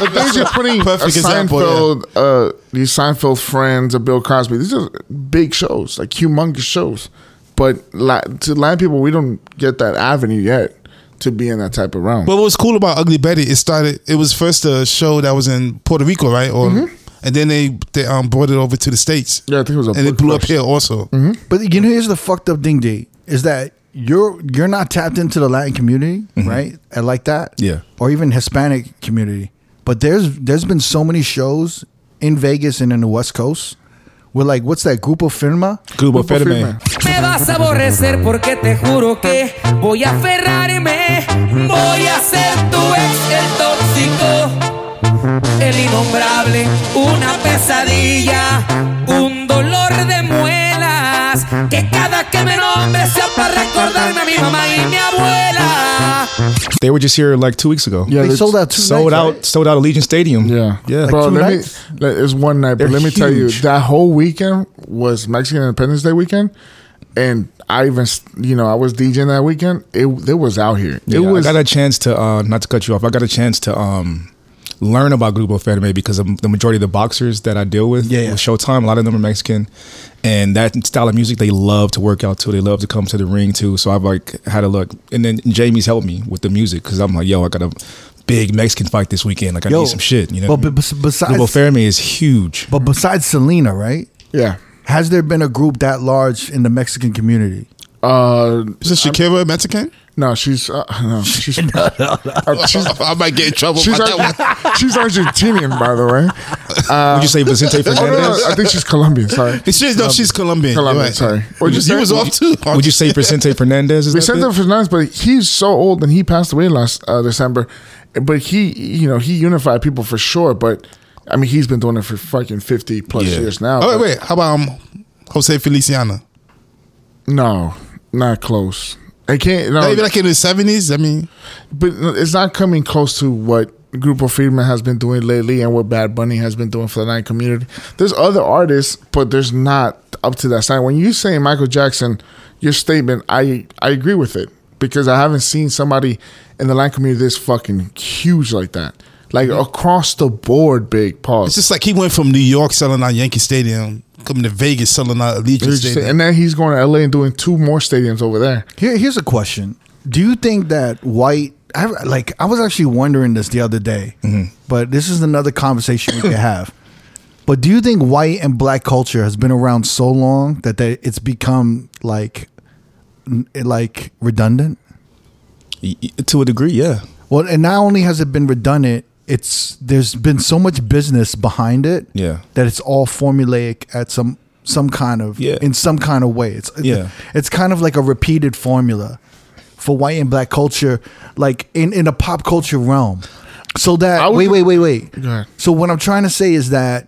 the things you're putting
Perfect
a
example,
Seinfeld, uh, these Seinfeld friends, a Bill Cosby. These are big shows, like humongous shows. But la- to Latin people, we don't get that avenue yet to be in that type of realm.
But what was cool about Ugly Betty? It started. It was first a show that was in Puerto Rico, right? Or and then they they um brought it over to the states.
Mm-hmm. yeah, Mm-hmm. I think it was a
and it
book
blew up
first.
here also.
But you know, here's the fucked up thing, D, is that you're you're not tapped into the Latin community, right? And like that,
Mm-hmm. Yeah.
or even Hispanic community. But there's there's been so many shows in Vegas and in the West Coast. We're like, what's that group of firma?
Grupo
Grupo
Firme.
Firme.
Me vas a aborrecer porque te juro que voy a aferrarme. Voy a ser tu ex, el tóxico, el innombrable, una pesadilla, un dolor de muelas. Que cada que me nombre sea para recordarme a mi mamá y mi abuela.
They were just here like two weeks ago.
Yeah,
They
that's-
sold out two
Sold
nights,
out,
right?
sold out Allegiant Stadium.
Yeah,
yeah.
Like
Bro,
two
let me.
nights?
Let, it's one night,
They're
but let me tell you,
huge.
that whole weekend was Mexican Independence Day weekend, and I even, s- you know, I was DJing that weekend. It, it was out here. It
Yeah,
was
I got a chance to uh, not to cut you off. I got a chance to um, learn about Grupo Ferme because of the majority of the boxers that I deal with,
Yeah, yeah.
with Showtime, a lot of them are Mexican, and that style of music they love to work out to. They love to come to the ring too. So I've like had a look, and then Jamie's helped me with the music because I'm like, yo, I got a big Mexican fight this weekend. Like I
Yo,
need some shit, you know.
But, but besides,
Grupo Ferme is huge.
but besides Selena, right?
Yeah.
Has there been a group that large in the Mexican community?
Uh,
Is this Shakira Mexican?
no, she's uh, no, she's, uh, she's
I might get in trouble.
she's,
about that one.
Ar- she's Argentinian, by the way.
Would you say Vicente
Oh, no,
Fernandez?
no, I think she's Colombian. Sorry,
It's just- no, she's Colombian.
Colombian,
You're right.
sorry.
Or
What'd
you,
you
you
say?
was off too.
Would you say Vicente Fernandez is that
Vicente
big?
Fernandez, but he's so old and he passed away last uh, December. But he, you know, he unified people for sure. But I mean, he's been doing it for fucking fifty plus
Yeah.
years now.
Oh
but-
wait, wait. How about um, Jose Feliciano?
no, not close. I can't. No,
Maybe like in the seventies. I mean,
but it's not coming close to what Grupo Friedman has been doing lately and what Bad Bunny has been doing for the nine community. There's other artists, but there's not up to that standard. When you say Michael Jackson, your statement, I I agree with it because I haven't seen somebody in the line community this fucking huge like that. Like
Mm-hmm.
across the board, big pause.
it's just like he went from New York selling out Yankee Stadium, coming to Vegas selling out Allegiant Stadium.
and then he's going to LA and doing two more stadiums over there.
Mm-hmm.
Here, here's a question: Do you think that white, I, like I was actually wondering this the other day, but this is another conversation we could have. But do you think white and black culture has been around so long that they, it's become like, n- like redundant?
Y- y- To a degree, yeah.
Well, and not only has it been redundant, it's there's been so much business behind it,
Yeah.
that it's all formulaic at some some kind of
Yeah.
in some kind of way. It's
Yeah.
it's kind of like a repeated formula for white and black culture, like in in a pop culture realm. So that
would-
wait, wait, wait, wait.
Go ahead.
So what I'm trying to say is that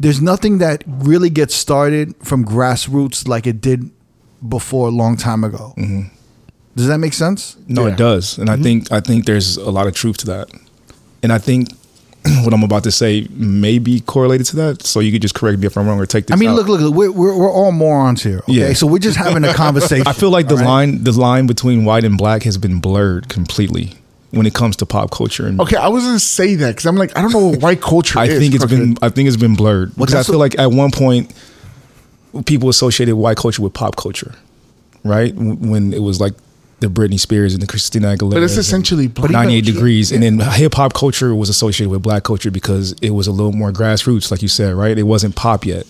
there's nothing that really gets started from grassroots like it did before a long time ago. Does that make sense?
No,
Yeah.
it does,
Mm-hmm.
and I think I think there's a lot of truth to that, and I think what I'm about to say may be correlated to that. So you could just correct me if I'm wrong or take
I
this.
mean,
out.
look, look, look we're, we're, we're all morons here. Okay.
Yeah.
So we're just having a conversation.
I feel like the line the line between white and black has been blurred completely when it comes to pop culture, and
Okay, I wasn't say that because I'm like I don't know what white culture
I
is.
think it's
Okay.
been I think it's been blurred because I
that's
feel like at one point people associated white culture with pop culture, right? W- When it was like the Britney Spears and the Christina Aguilera,
But it's essentially black.
ninety eight degrees, and then hip hop culture was associated with black culture because it was a little more grassroots, like you said, right? It wasn't pop yet,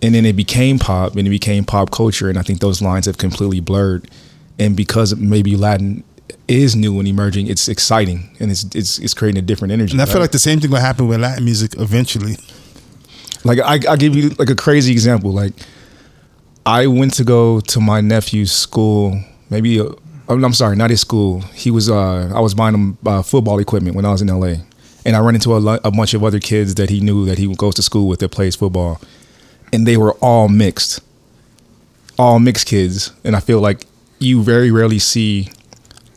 and then it became pop, and it became pop culture, and I think those lines have completely blurred, and because maybe Latin is new and emerging, it's exciting and it's it's, it's creating a different energy.
And I feel
right?
like the same thing will happen with Latin music eventually.
Like I, I give you like a crazy example. Like I went to go to my nephew's school. Maybe uh, I'm I'm sorry, not his school. He was uh, I was buying him uh, football equipment when I was in LA, and I ran into a, lo- a bunch of other kids that he knew that he goes to school with that plays football, and they were all mixed, all mixed kids. And I feel like you very rarely see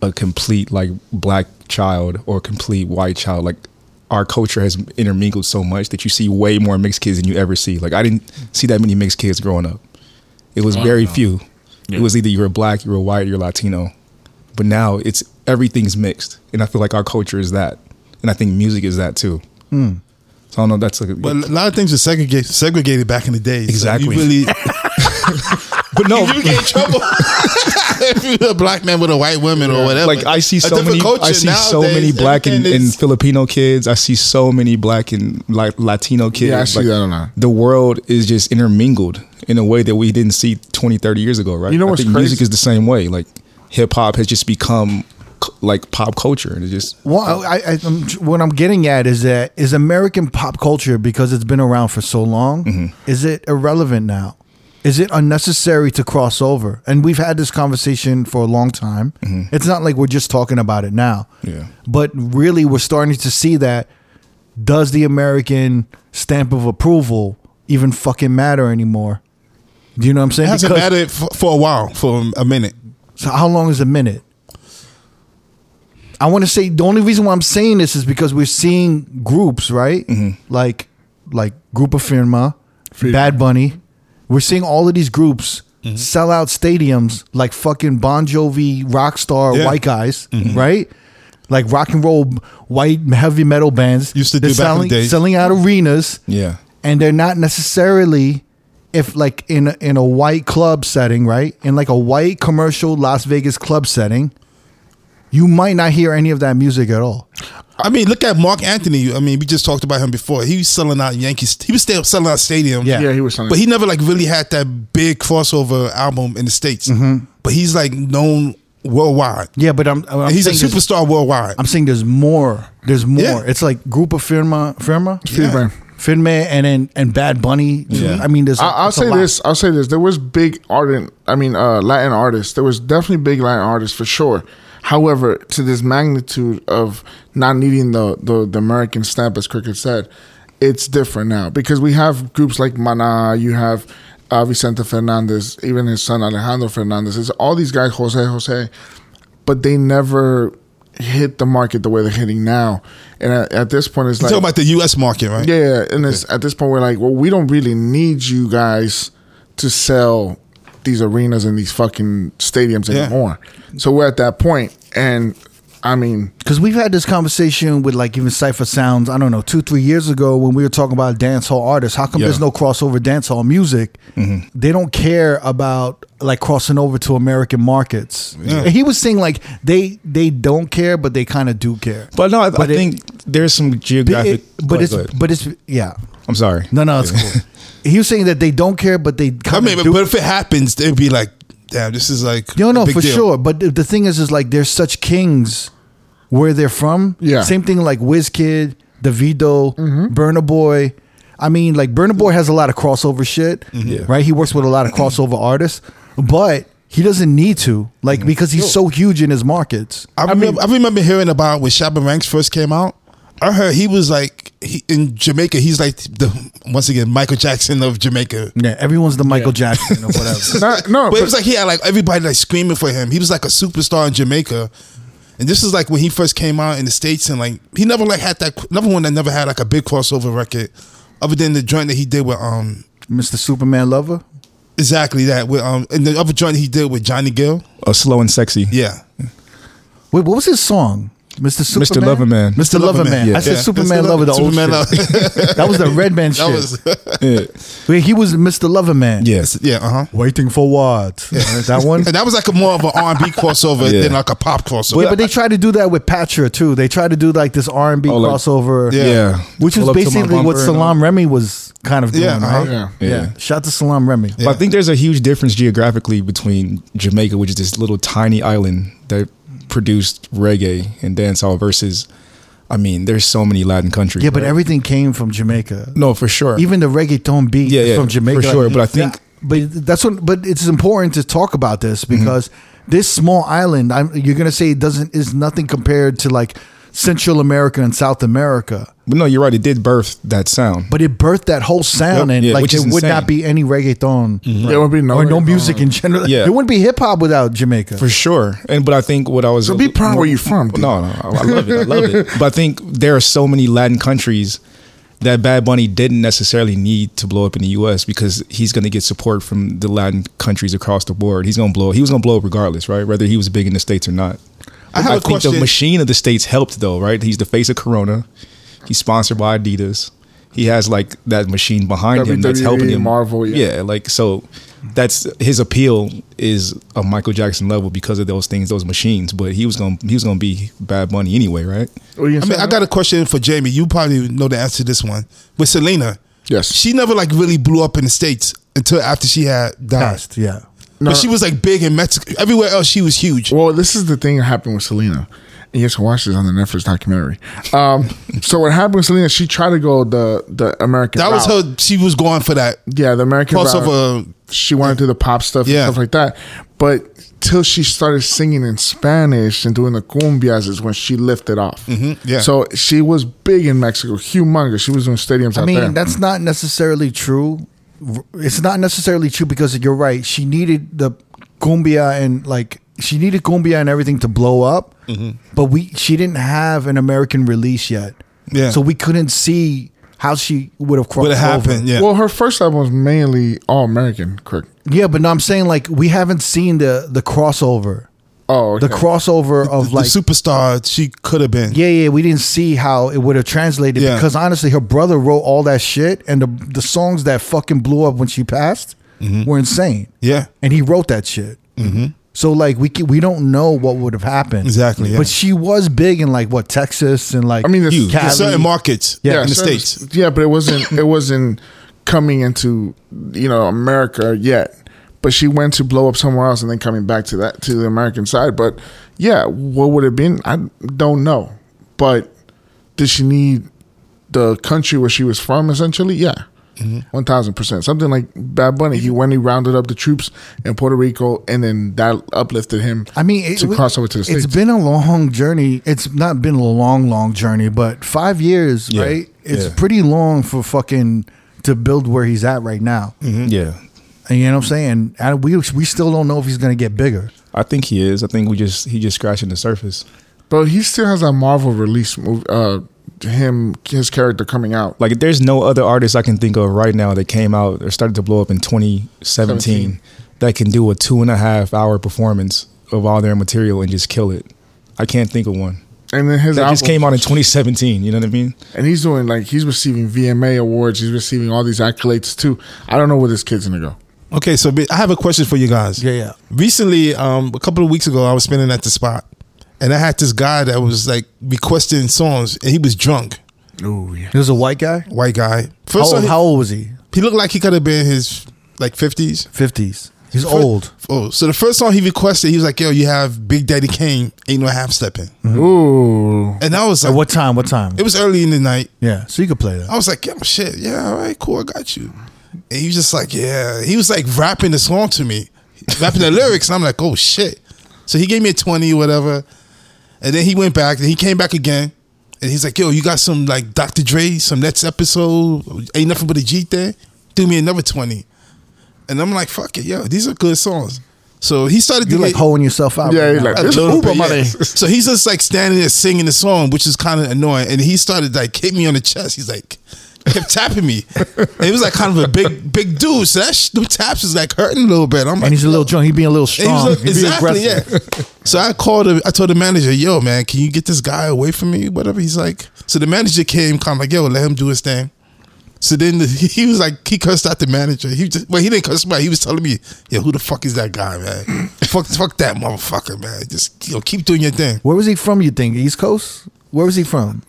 a complete like black child or complete white child. Like our culture has intermingled so much that you see way more mixed kids than you ever see. Like I didn't see that many mixed kids growing up. It was very few. It was either you were black, you were white, you're Latino. But now it's everything's mixed, and I feel like our culture is that, and I think music is that too. So I don't know. That's like,
Hmm. But a lot of things were segregated, segregated back in the day. So
Exactly.
you really,
but no,
you get in trouble if you're a black man with a white woman or whatever.
Like I see
A
so
different
many,
culture
I see so
nowadays,
many black and,
everything
and
is-
Filipino kids. I see so many black and like Latino kids.
Yeah, I see
Like,
that a lot.
The world is just intermingled in a way that we didn't see 20, 30 years ago, right?
You know
I
what's
think music
crazy?
is the same way. Like hip hop has just become c- like pop culture, and it just
Well, I, I, I'm, what I'm getting at is that is American pop culture because it's been around for so long.
Mm-hmm.
Is it irrelevant now? Is it unnecessary to cross over? And we've had this conversation for a long time. It's not like we're just talking about it now.
Mm-hmm. Yeah.
But really, we're starting to see that does the American stamp of approval even fucking matter anymore? Do you know what I'm saying?
It hasn't
Because-
mattered for, for a while, for a minute.
So how long is a minute? I want to say the only reason why I'm saying this is because we're seeing groups, right?
Mm-hmm.
Like like Grupo Firma, Bad Bunny. We're seeing all of these groups
Mm-hmm.
sell out stadiums like fucking Bon Jovi rock star
Yeah. Mm-hmm.
white guys, right? like rock and roll white heavy metal bands
Used to do
They're
back in the
selling,
days.
selling out arenas
Yeah.
and they're not necessarily if like in a, in a white club setting, right? In like a white commercial Las Vegas club setting, you might not hear any of that music at all.
I mean, look at Mark Anthony. I mean, we just talked about him before. He was selling out Yankees. He was still selling out stadiums.
Yeah.
Yeah, he was selling.
But he never like really had that big crossover album in the states. But he's like known worldwide.
Mm-hmm. Yeah, but I'm, I'm
And he's a
saying there's-
superstar worldwide.
I'm saying there's more. There's more.
Yeah.
It's like Grupo Firma, Firma,
Firma.
Firma, and then and Bad Bunny.
Yeah.
I mean, there's.
I, I'll
it's a
say
lot.
this. I'll say this. There was big ardent. I mean, uh, Latin artists. There was definitely big Latin artists for sure. However, to this magnitude of not needing the the, the American stamp, as Cricket said, it's different now because we have groups like Mana. You have uh, Vicente Fernandez, even his son Alejandro Fernandez. It's all these guys, Jose Jose, but they never hit the market the way they're hitting now. And at, at this point, it's
You're
like
talking about the U.S. market, right?
yeah, yeah, and it's, at this point we're like, well, we don't really need you guys to sell these arenas and these fucking stadiums
Yeah.
anymore. So we're at that point, and I mean,
Because we've had this conversation with like even Cypher Sounds, I don't know, two, three years ago when we were talking about dance hall artists. How come
Yeah.
there's
Mm-hmm.
no crossover dance hall music? They don't care about like crossing over to American markets. And he was saying like they they don't care, but they kind of do care.
But no, I,
But
I
it-
think there's some
But,
geographic.
it, but
Go
it's
ahead.
but it's yeah.
I'm sorry.
No, no, it's cool. he was saying that they don't care, but they
I
kind
mean,
of
but,
do.
but if it happens, they'd be like, damn, this is like.
No,
a
no,
big
for
deal.
sure. But the, the thing is, is like they're such kings where they're from.
Yeah.
Same thing like Wizkid, Davido,
Mm-hmm.
Burna Boy. I mean, like Burna Boy has a lot of crossover shit,
Mm-hmm.
right? He works with a lot of crossover artists, but he doesn't need to, like,
Mm-hmm.
because he's so huge in his markets.
I, remember, I remember hearing about when Shabba Ranks first came out. I heard he was like he, in Jamaica. He's like the once again Michael Jackson of Jamaica.
Yeah, everyone's the Michael Jackson or whatever.
not, no,
But,
Oh, but,
it was like he had like everybody like screaming for him. He was like a superstar in Jamaica. And this is like when he first came out in the states, and like he never like had that another one that never had like a big crossover record, other than the joint that he did with um
Mr. Superman Lover.
exactly that with um and the other joint he did with Johnny Gill.
A slow and sexy.
Yeah,
Wait, what was his song? Mr. Superman?
Lover Man.
Mr.
Mr. Lover
Loverman.
Man.
I said
Yeah.
Superman
Mr.
Lover, the
Superman
old shit. that was the red man
that
shit.
was
Yeah.
Wait, he was Mr. Loverman.
Yes.
yeah uh huh.
Waiting for what? that one?
And that was like a more of an R and B crossover
Yeah.
than like a pop crossover.
Yeah, but they try to do that with Patra too. They try to do like this R and B
Oh, like-
crossover,
Yeah.
Yeah.
which is
Pull up to my
basically what
bumper and all.
Salam Remy was kind of doing,
Yeah, uh-huh.
right?
Yeah.
Yeah.
Shout to Salam Remy.
But I think there's a huge difference geographically between Jamaica, which is this little tiny island that produced reggae and dancehall, versus, I mean, there's so many Latin countries.
Yeah, but
right?
everything came from Jamaica.
no, for sure.
Even the reggaeton beat
Yeah,
is
yeah,
from Jamaica.
for sure, but I think-
Yeah,
Mm-hmm.
but that's what. But it's important to talk about this because this small island, I'm, you're gonna say, it doesn't is nothing compared to like Central America and South America.
but no, you're right. It did birth that sound.
But it birthed that whole sound,
Yep.
and
Yeah,
like
which
there
is
would not
insane.
be any reggaeton,
There would be no
or no
reggaeton.
music in general.
Yeah.
There wouldn't be hip hop without Jamaica.
For sure. And but I think what I was
So be proud where you're from, dude.
No, no, I I love it. I love it. But I think there are so many Latin countries that Bad Bunny didn't necessarily need to blow up in the US because he's gonna get support from the Latin countries across the board. He's gonna blow he was gonna blow up regardless, right? Whether he was big in the States or not.
I have a
think the
question.
machine of the States helped though, right? He's the face of Corona. He's sponsored by Adidas. He has like that machine behind him that's
WWE,
helping him.
Marvel, yeah.
yeah, yeah, like so that's his appeal is a Michael Jackson level because of those things, those machines. But he was gonna he was gonna be Bad Bunny anyway, right?
What you
I mean, I got a question for Jamie. You probably know the answer to this one. But Selena,
Yes.
she never like really blew up in the states until after she had died.
Past, yeah.
But she was like big in Mexico. Everywhere else, she was huge.
Well, this is the thing that happened with Selena. And you have to watch this on the Netflix documentary. Um, so what happened with Selena? She tried to go the the American.
That was
route.
her. She was going for that.
Yeah, the American
Crossover.
route, She wanted to do the pop stuff
Yeah.
and stuff like that. But till she started singing in Spanish and doing the cumbias is when she lifted off.
Mm-hmm. yeah.
So she was big in Mexico, humongous. She was doing stadiums
I
out
mean,
there.
that's not necessarily true. It's not necessarily true because you're right. She needed the cumbia and like she needed cumbia and everything to blow up, but we she didn't have an American release yet.
Yeah.
So we couldn't see how she would have crossed
What
over.
happened? Yeah.
well, her first album was mainly all American, correct?
Yeah, but no, I'm saying like we haven't seen the the crossover.
Oh,
the
okay.
crossover of
the
like
superstar she could have been.
yeah, yeah, we didn't see how it would have translated
Yeah.
because honestly, her brother wrote all that shit, and the the songs that fucking blew up when she passed were insane.
Mm-hmm. Yeah.
and he wrote that shit. Mm-hmm. So like we ca- we don't know what would have happened
Exactly, yeah.
But she was big in like what Texas and like
I mean, it's-
You in
Cali.
certain markets
Yeah.
in the
certain-
states.
Yeah, but it wasn't it wasn't coming into you know America yet. But she went to blow up somewhere else and then coming back to that to the American side. But yeah, what would it have been? I don't know. But did she need the country where she was from essentially? Yeah.
Mm-hmm.
One thousand percent. Something like Bad Bunny. He went, he rounded up the troops in Puerto Rico, and then that uplifted him.
I mean, it,
to
was-
cross over to the states.
It's been a long journey. It's not been a long, long journey, but five years,
Yeah.
right? It's
Yeah.
pretty long for fucking to build where he's at right now.
Yeah.
And you know what I'm saying? And we we still don't know if he's gonna get bigger.
I think he is. I think we just he just scratching the surface.
But he still has that Marvel release movie. Uh, him, his character coming out.
Like there's no other artist I can think of right now that came out or started to blow up in 2017
Seventeen.
that can do a two and a half hour performance of all their material and just kill it. I can't think of one
And then his
that
album
just came out in 2017. You know what I mean?
and he's doing like he's receiving VMA awards. He's receiving all these accolades too. I don't know where this kid's gonna go.
Okay, so be- I have a question for you guys.
Yeah, yeah.
Recently, um, a couple of weeks ago, I was spinning at the spot, and I had this guy that was like requesting songs, and he was drunk,
There's a white guy.
white guy.
How
First,
old,
of all,
Oh, how old was he?
he, he looked like he could have been his like fifties.
Fifties. He's old.
Oh, so the first song he requested, he was like, "Yo, you have Big Daddy Kane, ain't no half stepping,"
Ooh,
and I was
Mm. At
like,
what time? What time?
It was early in the night.
yeah. So you could play that.
I was like, yeah, shit, yeah, all right, cool, I got you. And he was just like, yeah. He was like rapping the song to me, rapping the lyrics, and I'm like, oh shit. So he gave me a twenty, whatever, and then he went back, and he came back again, and he's like, yo, you got some like Dr. Dre, some next episode, ain't nothing but a G thing. Threw me another twenty, and I'm like, fuck it, yo, these are good songs. So he started
You're
to
like
get-
hoeing yourself out.
Yeah,
right
he's
now.
like-
a
This
little
Uber
bit, yeah.
money.
So he's just like standing there singing the song, which is kind of annoying. And he started like hit me on the chest. He's like kept tapping me. And he was like kind of a big big dude. So that sh- the taps is like hurting a little bit. I'm like,
and he's a little
yo.
drunk. He's being a little
And he was
strong.
like,
He's being
exactly, yeah.
aggressive.
So I called him. I told the manager, "Yo, man, can you get this guy away from me? Whatever." He's like, so the manager came, kind of like, "Yo, let him do his thing." So then the, he was like, he cursed out the manager. He just, well, he didn't curse me. out. He was telling me, "Yo, who the fuck is that guy, man? fuck, fuck that motherfucker, man. Just you know, keep doing your thing."
Where was he from? You think East Coast? Where was he from?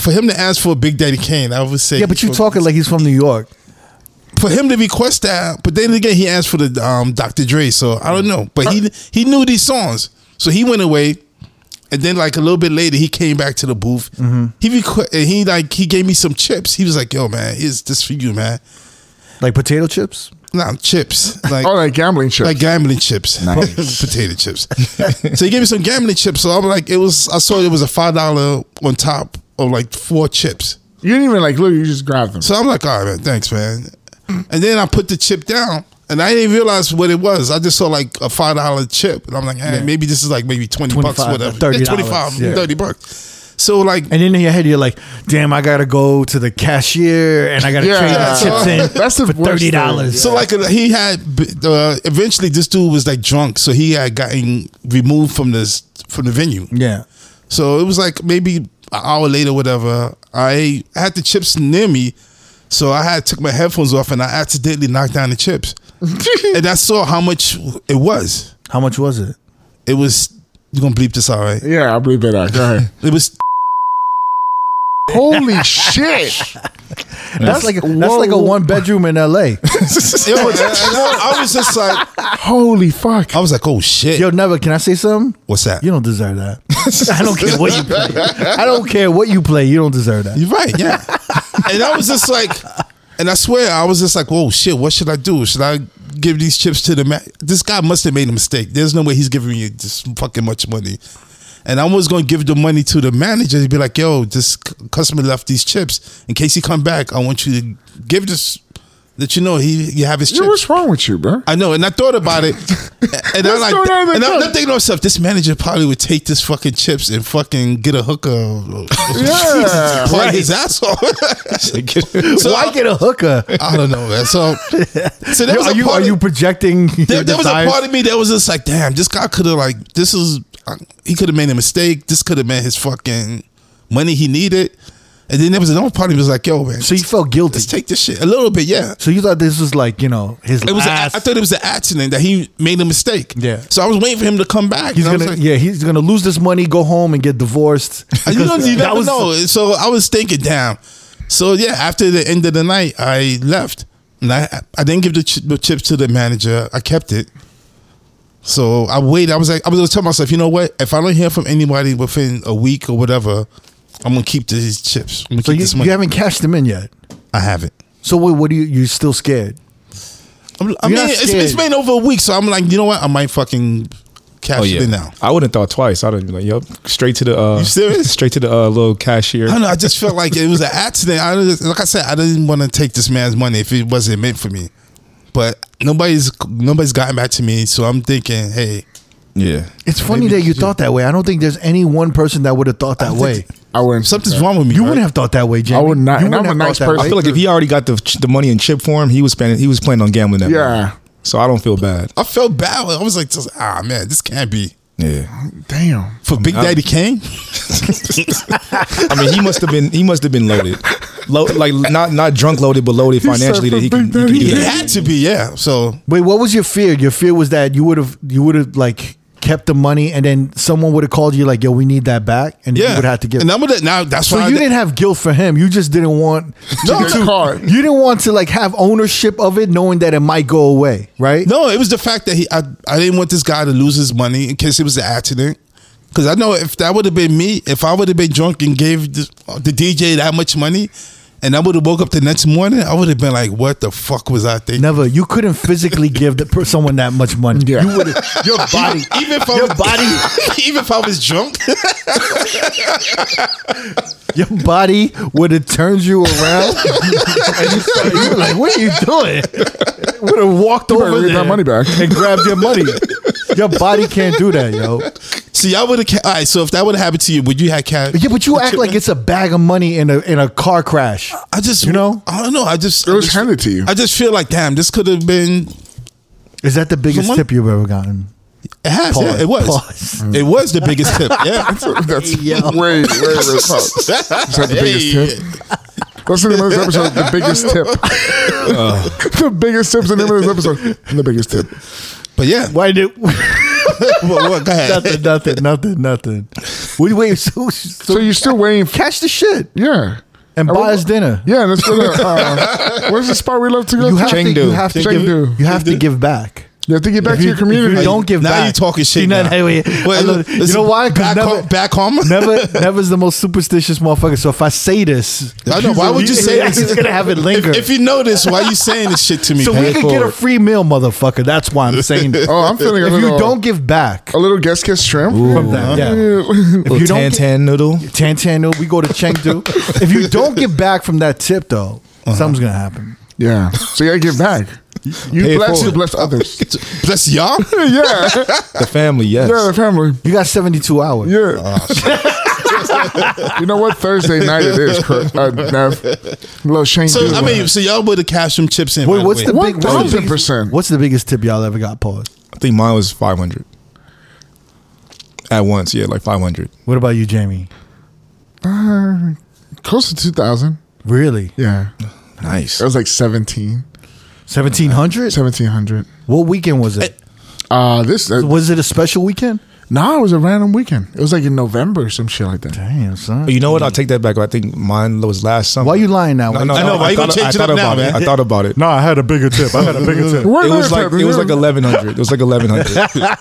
For him to ask for a Big Daddy Kane, I would say,
Yeah, but you
for,
talking like he's from New York.
for him to request that. But then again, he asked for the um, Dr. Dre, so I don't know. But he he knew these songs, so he went away. And then like a little bit later, he came back to the booth. He requ- and he like he gave me some chips. He was like, "Yo, man, here's this for you, man.
Like potato chips?
Nah, chips, like
all that Oh, gambling shit.
like gambling chips, potato chips." so he gave me some gambling chips. So I'm like, it was I saw it was a five dollar on top of like four chips.
you didn't even like look. You just grabbed them.
So I'm like, all right, man, thanks, man. And then I put the chip down, and I didn't realize what it was. I just saw like a five dollar chip, and I'm like, hey, maybe this is like maybe twenty bucks,
25,
whatever,
$30,
yeah, 25,
yeah.
30 bucks. So like,
And then in your head, you're like, damn, I got to go to the cashier and I got to
Yeah.
trade
Yeah.
the chips in
That's the
for
worst thing.
$30.
so like uh, he had uh, eventually this dude was like drunk, so he had gotten removed from this from the venue.
yeah.
So it was like maybe an hour later, whatever. I had the chips near me, so I had took my headphones off and I accidentally knocked down the chips, and I saw how much it was.
How much was it?
It was you gonna bleep this out, right?
yeah, I believe that. out. Go ahead.
It was
Holy shit!
That's, like a, that's
whoa,
like a
whoa.
one bedroom in LA.
yo, and- and I was just like,
Holy fuck!
I was like, oh shit,
Yo, never, can I say something?
what's that?
You don't deserve that. I don't care what you play. I don't care what you play. You don't deserve that.
You're right, yeah. and I was just like, and I swear, I was just like, whoa, shit, what should I do? Should I give these chips to the man? This guy must have made a mistake. There's no way he's giving you this fucking much money. And I was going to give the money to the manager. He'd be like, yo, this c- customer left these chips. In case he come back, I want you to give this that you know he you have his
Yo,
chips.
what's wrong with you, bro?
I know, and I thought about it, and
What's
I'm like,
going on in the
and I'm
cup?
not thinking to myself, this manager probably would take this fucking chips and fucking get a hooker, or- or-
Yeah,
plug his ass off. so
Why
I,
get a hooker?
I don't know, man. So, so there was
are
a
you
part
are
of-
you projecting?
there,
your
there was a
desires?
part of me that was just like, damn, this guy could have like, this is uh, he could have made a mistake. This could have been his fucking money he needed. And then there was another part of me was like, yo, man,
so you felt
let's
guilty.
take this shit a little bit, yeah.
So you thought this was like you know his
It was a, I
last.
thought it was an accident that he made a mistake.
Yeah.
So I was waiting for him to come back.
he's
and I
gonna
was like,
yeah he's gonna lose this money, go home and get divorced.
And You don't
Because
you
that
never
was-
know. So I was thinking, damn. So yeah, after the end of the night, I left, and I I didn't give the, ch- the chips to the manager. I kept it. So I waited. I was like, I was gonna tell myself, you know what? If I don't hear from anybody within a week or whatever, I'm gonna keep these chips. I'm gonna
So
keep
you,
this
you
money.
haven't cashed them in yet.
I haven't.
So what? What do you? You still scared?
I'm, I
You're
mean,
not
it's, it's
scared.
been over a week, so I'm like, you know what? I might fucking cash
Oh
it
yeah,
in now.
I wouldn't thought twice. I'd have been like, "Yup, straight to the uh,
You serious?
Straight to the uh, little cashier."
I don't know. I just felt like it was an accident. I just, like I said, I didn't want to take this man's money if it wasn't meant for me. But nobody's nobody's gotten back to me, so I'm thinking, hey,
Yeah,
It's funny
Maybe
that you
you-
thought that way. I don't think there's any one person that would have thought that way.
I wouldn't.
something's wrong with me.
you
right?
wouldn't have thought that way, Jamie.
would not,
You
and
wouldn't
I'm a
have
nice
thought that
I
person.
way.
feel like if he already got the the money in chip form, he was planning he was planning on gambling that. money.
Yeah.
so I don't feel bad.
I felt bad. I was like, just, ah, man, this can't be
Yeah,
Damn.
for Big
I'm-
Daddy Kane.
I mean, he must have been he must have been loaded, Lo- like not not drunk loaded, but loaded financially that he can, he can do
It
that.
had to be, yeah. So
Wait, what was your fear? Your fear was that you would have you would have like kept the money, and then someone would have called you like, "Yo, we need that back," and
yeah,
you would have to give.
And I'm gonna now. That's
so
why
you
I,
didn't have guilt for him. You just didn't want.
No, it's hard.
You didn't want to like have ownership of it, knowing that it might go away, right?
No, it was the fact that he. I, I didn't want this guy to lose his money in case it was an accident. Because I know if that would have been me, if I would have been drunk and gave the, the DJ that much money, and I would have woke up the next morning, I would have been like, "What the fuck was I thinking?"
Never. You couldn't physically give the, per- someone that much money.
Yeah.
You would. Your body.
Even if I
your
was,
body.
even if I was drunk,
Your body would have turned you around. and you, started, you were like, what are you doing? Would have walked
better
over
get
there
my money back.
and grabbed your money. Your body can't do that, yo.
see, I would have. Ca- all right, so if that would have happened to you, would you have cash?
Yeah, but you act like it's a bag of money in a in a car crash.
I just,
you know?
I don't know. I just,
It
I
was
just-
handed to you.
I just feel like, damn, this could have been.
Is that the biggest
Someone-
tip you've ever gotten?
It has.
Pause,
yeah, it was.
pause.
It was the biggest tip. Yeah.
That's way, way, way tough. Is that the biggest
Hey.
tip? That's the name of this episode. The biggest tip. the biggest tip's the name of this episode. And the biggest tip.
But yeah,
Why did
Well, well, go ahead.
nothing, nothing, nothing, nothing. Wait, wait, so,
So,
so
you're still waiting? For,
catch the shit
yeah.
and
I
buy
will-
us dinner.
Yeah, that's for the. Uh, where's the spot we love to go?
You
to?
have to, you
Chengdu.
have to give,
Chengdu.
you have to give back.
You have to get back to your community.
If you don't give
now
back.
you talking shit.
You know,
now.
hey, wait, I
Wait,
love-
look,
you
listen,
know why? 'Cause
Back,
never-
home, back home.
Never, never's the most superstitious motherfucker. So if I say this,
I know. Why would you say this?
He's gonna have it linger.
If, if you notice, why you saying this shit to me?
so
man?
we could get a free meal, motherfucker. That's why I'm saying this.
oh, I'm feeling a
if
little.
you don't give back
a
Oh,
little guest kiss shrimp.
from that, yeah.
Yeah.
If you
Little tan
don't
tan noodle.
tan tan, we go to Chengdu. if you don't give back from that tip, though,
Uh-huh.
something's gonna happen.
yeah. So you gotta give back. You
Pay it
bless, you
forward.
bless others.
bless y'all.
yeah.
The family, yes.
Yeah, the family.
You got 72 hours.
Yeah. you know what? Thursday night it is, Cur- uh, Nev. Little Shane.
So
Dugan.
I mean, so y'all would have cashed some chips in. by
Wait,
the
what's
way.
the big what's the biggest-
1000%.
What's the biggest tip y'all ever got? Paul?
I think mine was five hundred at once. Yeah, like five hundred.
What about you, Jamie?
close to 2000.
Really,
Yeah.
Nice.
It was like 17,
1700.
1700.
What weekend was it?
Uh, this, uh,
Was it a special weekend?
nah, it was a random weekend. It was like in November or some shit like that.
Damn, son.
You know what? I'll take that back. I think mine was last summer.
Why you lying now?
No, no,
I know,
no,
why you gonna
thought-
change
I
it
thought
up now,
about it.
man?
I thought about it.
No, I had a bigger tip. I had a bigger tip.
Where
It was
the-
like it was like eleven hundred. It was like eleven hundred,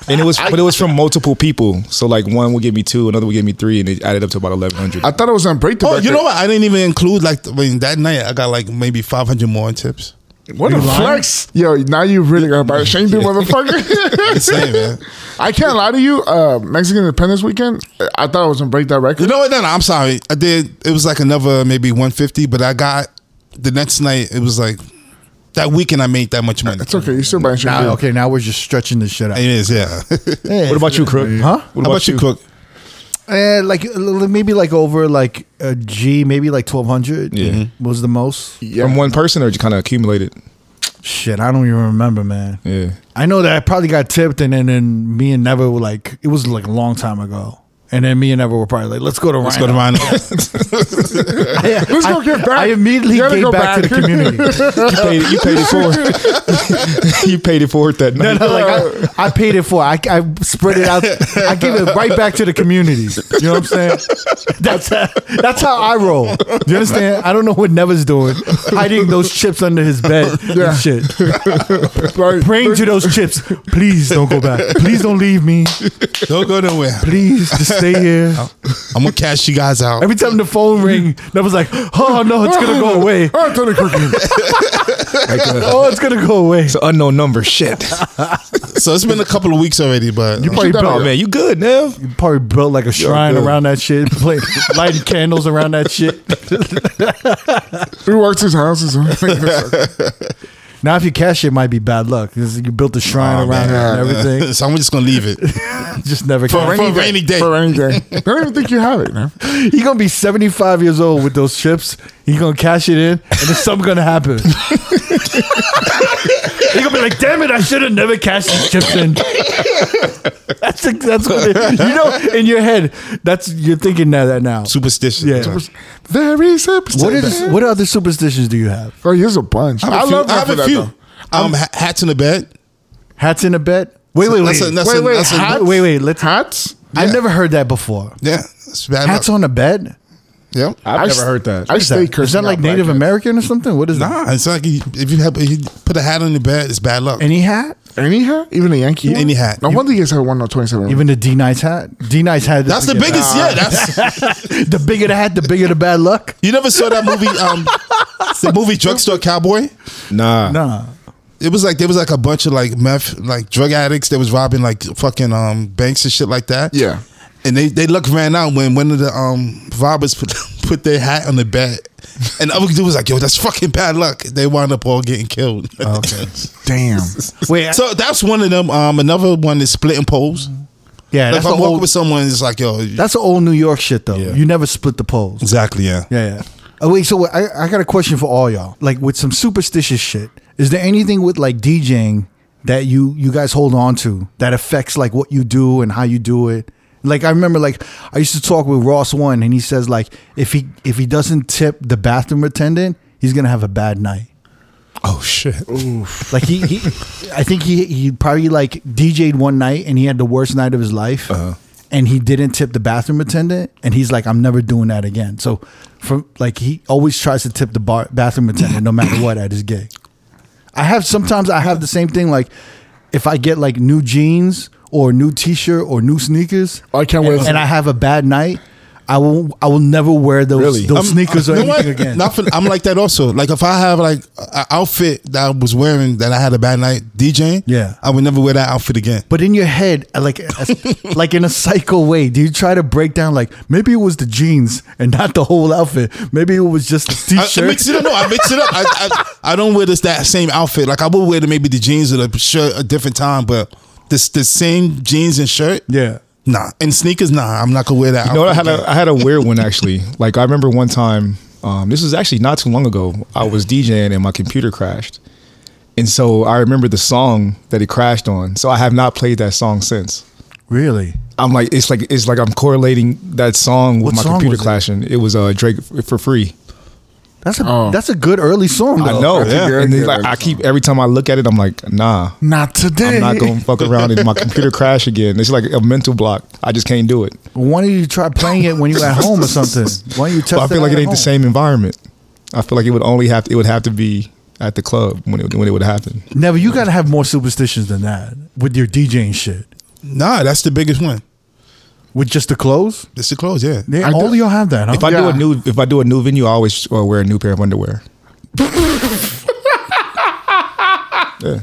and it was but it was from multiple people. So like one would give me two, another would give me three, and it added up to about eleven hundred.
I thought it was on break the
Oh, you
Record.
know what? I didn't even include like I mean, that night. I got like maybe five hundred more in tips.
What a flex. Yo, now you really got to buy a Shane, dude, motherfucker.
I'm saying, man.
I can't lie to you. Uh, Mexican Independence Weekend, I thought I was gonna break that record.
You know what? No, no, I'm sorry. I did. It was like another maybe one fifty, but I got the next night. It was like That weekend I made that much money.
It's okay. You still buying shit.
Now, okay, now we're just stretching this shit out.
It is, yeah.
What about you, Crook?
Huh?
What
How about you, Cook?
Eh, like l- l- maybe like over like a G, maybe like twelve hundred.
Yeah.
was the most.
Yeah.
From one person, or you kind of accumulated?
Shit, I don't even remember, man.
Yeah.
I know that I probably got tipped, and then, then me and Never were like, it was like a long time ago. And then me and Never were probably like, let's go to
Let's go to mine.
Let's
go get back.
I immediately
You gotta
gave
go
back, to the
back.
community.
You paid, you paid it forward. you paid it forward that
No,
night.
no, like I, I paid it for. it. I, I spread it out. I give it right back to the community. You know what I'm saying? That's how, that's how I roll. You understand? I don't know what Never's doing, hiding those chips under his bed and shit.
Right.
Praying to those chips. Please don't go back. Please don't leave me.
Don't go nowhere.
Please just stay here.
I'm gonna cash you guys out.
Every time the phone ring, Never's like, oh no, it's gonna go away.
All right, Tony Crooked.
Like, uh,
Oh, it's gonna go away.
it's an unknown number. Shit.
So it's been a couple of weeks already, but
You probably
that
built,
Oh man, you good, Nev?
probably built like a shrine
good.
around that shit, play, lighting candles around that shit.
We walked his houses.
Now, if you cash it, it might be bad luck 'cause you built the
Oh,
shrine around it and everything.
uh, so I'm just gonna leave it
Just never
for,
cash.
for a rainy day.
For rainy day. I don't even think you have it, man.
You're gonna be 75 years old with those chips. You're gonna cash it in, and then something's gonna happen. You're gonna be like, "Damn it! I should have never cashed these chips in." That's that's what it, you know in your head. That's you're thinking that that now.
Superstition.
Yeah.
There is a
What is what other superstitions do you have?
Oh, here's a bunch. I
I, have a few-
love
I
that
have
for
a
that,
few.
though.
Um, ha- hats in the bed.
Hats in a bed. Wait, wait, wait,
That's a- that's
Wait,
a-
wait,
that's a-
hats?
wait, wait. Let's.
Hats?
I've never heard that before.
Yeah, that's bad
Hats
luck.
on a bed.
Yeah.
I've
s-
never heard that.
I
Is that,
stay
is
cursing.
that like
out black
Native
hats.
American or something? What is that?
Nah, it's like you- if you have if you put a hat on your bed, it's bad luck.
Any hat?
Any hat? Even a Yankee? one?
Any hat.
No wonder you guys had one on 27.
Even the D Nice hat? D Nice hat.
that's the biggest. Yeah, that's
The bigger the hat, the bigger the bad luck.
you never saw that movie. Um, the movie Drugstore Cowboy.
Nah.
Nah.
It was like there was like a bunch of like meth, like drug addicts that was robbing like fucking um banks and shit like that.
Yeah.
And they, they luck ran out when one of the um robbers put put their hat on the bed, and the other dude was like, "Yo, that's fucking bad luck." They wound up all getting killed. Okay.
Damn.
Wait.
so that's one of them. Um, another one is splitting poles.
yeah,
Like,
that's
if
the
I'm walking
old.
with someone, it's like, yo,
That's the old New York shit though.
Yeah.
You never split the poles.
exactly, yeah.
Yeah, yeah. Oh wait, so what- I, I got a question for all y'all. Like with some superstitious shit, is there anything with like DJing that you you guys hold on to that affects like what you do and how you do it? Like I remember, like I used to talk with Ross one, and he says like if he if he doesn't tip the bathroom attendant, he's gonna have a bad night.
Oh shit.
Like he, he I think he he probably like DJ'd one night and he had the worst night of his life. And he didn't tip the bathroom attendant, and he's like, "I'm never doing that again." So, from like he always tries to tip the bar, bathroom attendant, no matter what, at his gig. I have sometimes I have the same thing. Like, if I get like new jeans or new T-shirt or new sneakers,
I can't wear
and,
this.
and I have a bad night, I will I will never wear those
Really?
those sneakers or
You know
anything
what?
again.
Nothing. I'm like that also. Like if I have like an outfit that I was wearing that I had a bad night DJing,
Yeah.
I would never wear that outfit again.
But in your head, uh, like like in a psycho way, do you try to break down like maybe it was the jeans and not the whole outfit? Maybe it was just
Uh,
the
I, I
t-shirt.
mix it up. No, I mix it up. I, I, I don't wear this that same outfit. Like I would wear the, maybe the jeans or the shirt a different time, but this the same jeans and shirt.
yeah.
Nah, and sneakers. Nah, I'm not gonna wear that.
You know what? I
outfit
had
again.
a, I had a weird one actually. Like I remember one time. Um, this was actually not too long ago. I was DJing and my computer crashed, and so I remember the song that it crashed on. So I have not played that song since.
Really?
I'm like, it's like it's like I'm correlating that song with
What
my
song
computer
was it?
clashing. It was uh, Drake f- for free.
That's a
Oh.
that's a good early song.
I
though.
know.
that's a good-
And then,
good
like, I
song.
keep every time I look at it, I'm like, nah,
Not today.
I'm not gonna fuck around and my computer crash again. It's like a mental block. I just can't do it.
Why don't you try playing it when you're at home or something? Why don't you test
But I feel like
out at
it ain't
home?
the same environment. I feel like it would only have to, it would have to be at the club when it when it would happen.
Never. You got to have more superstitions than that with your DJing shit.
nah, that's the biggest one.
With just the clothes,
It's the clothes. Yeah.
they,
I
all
don't-
of y'all have that. Huh?
If I do a
Yeah.
new if I do a new venue, I always uh, wear a new pair of underwear. yeah,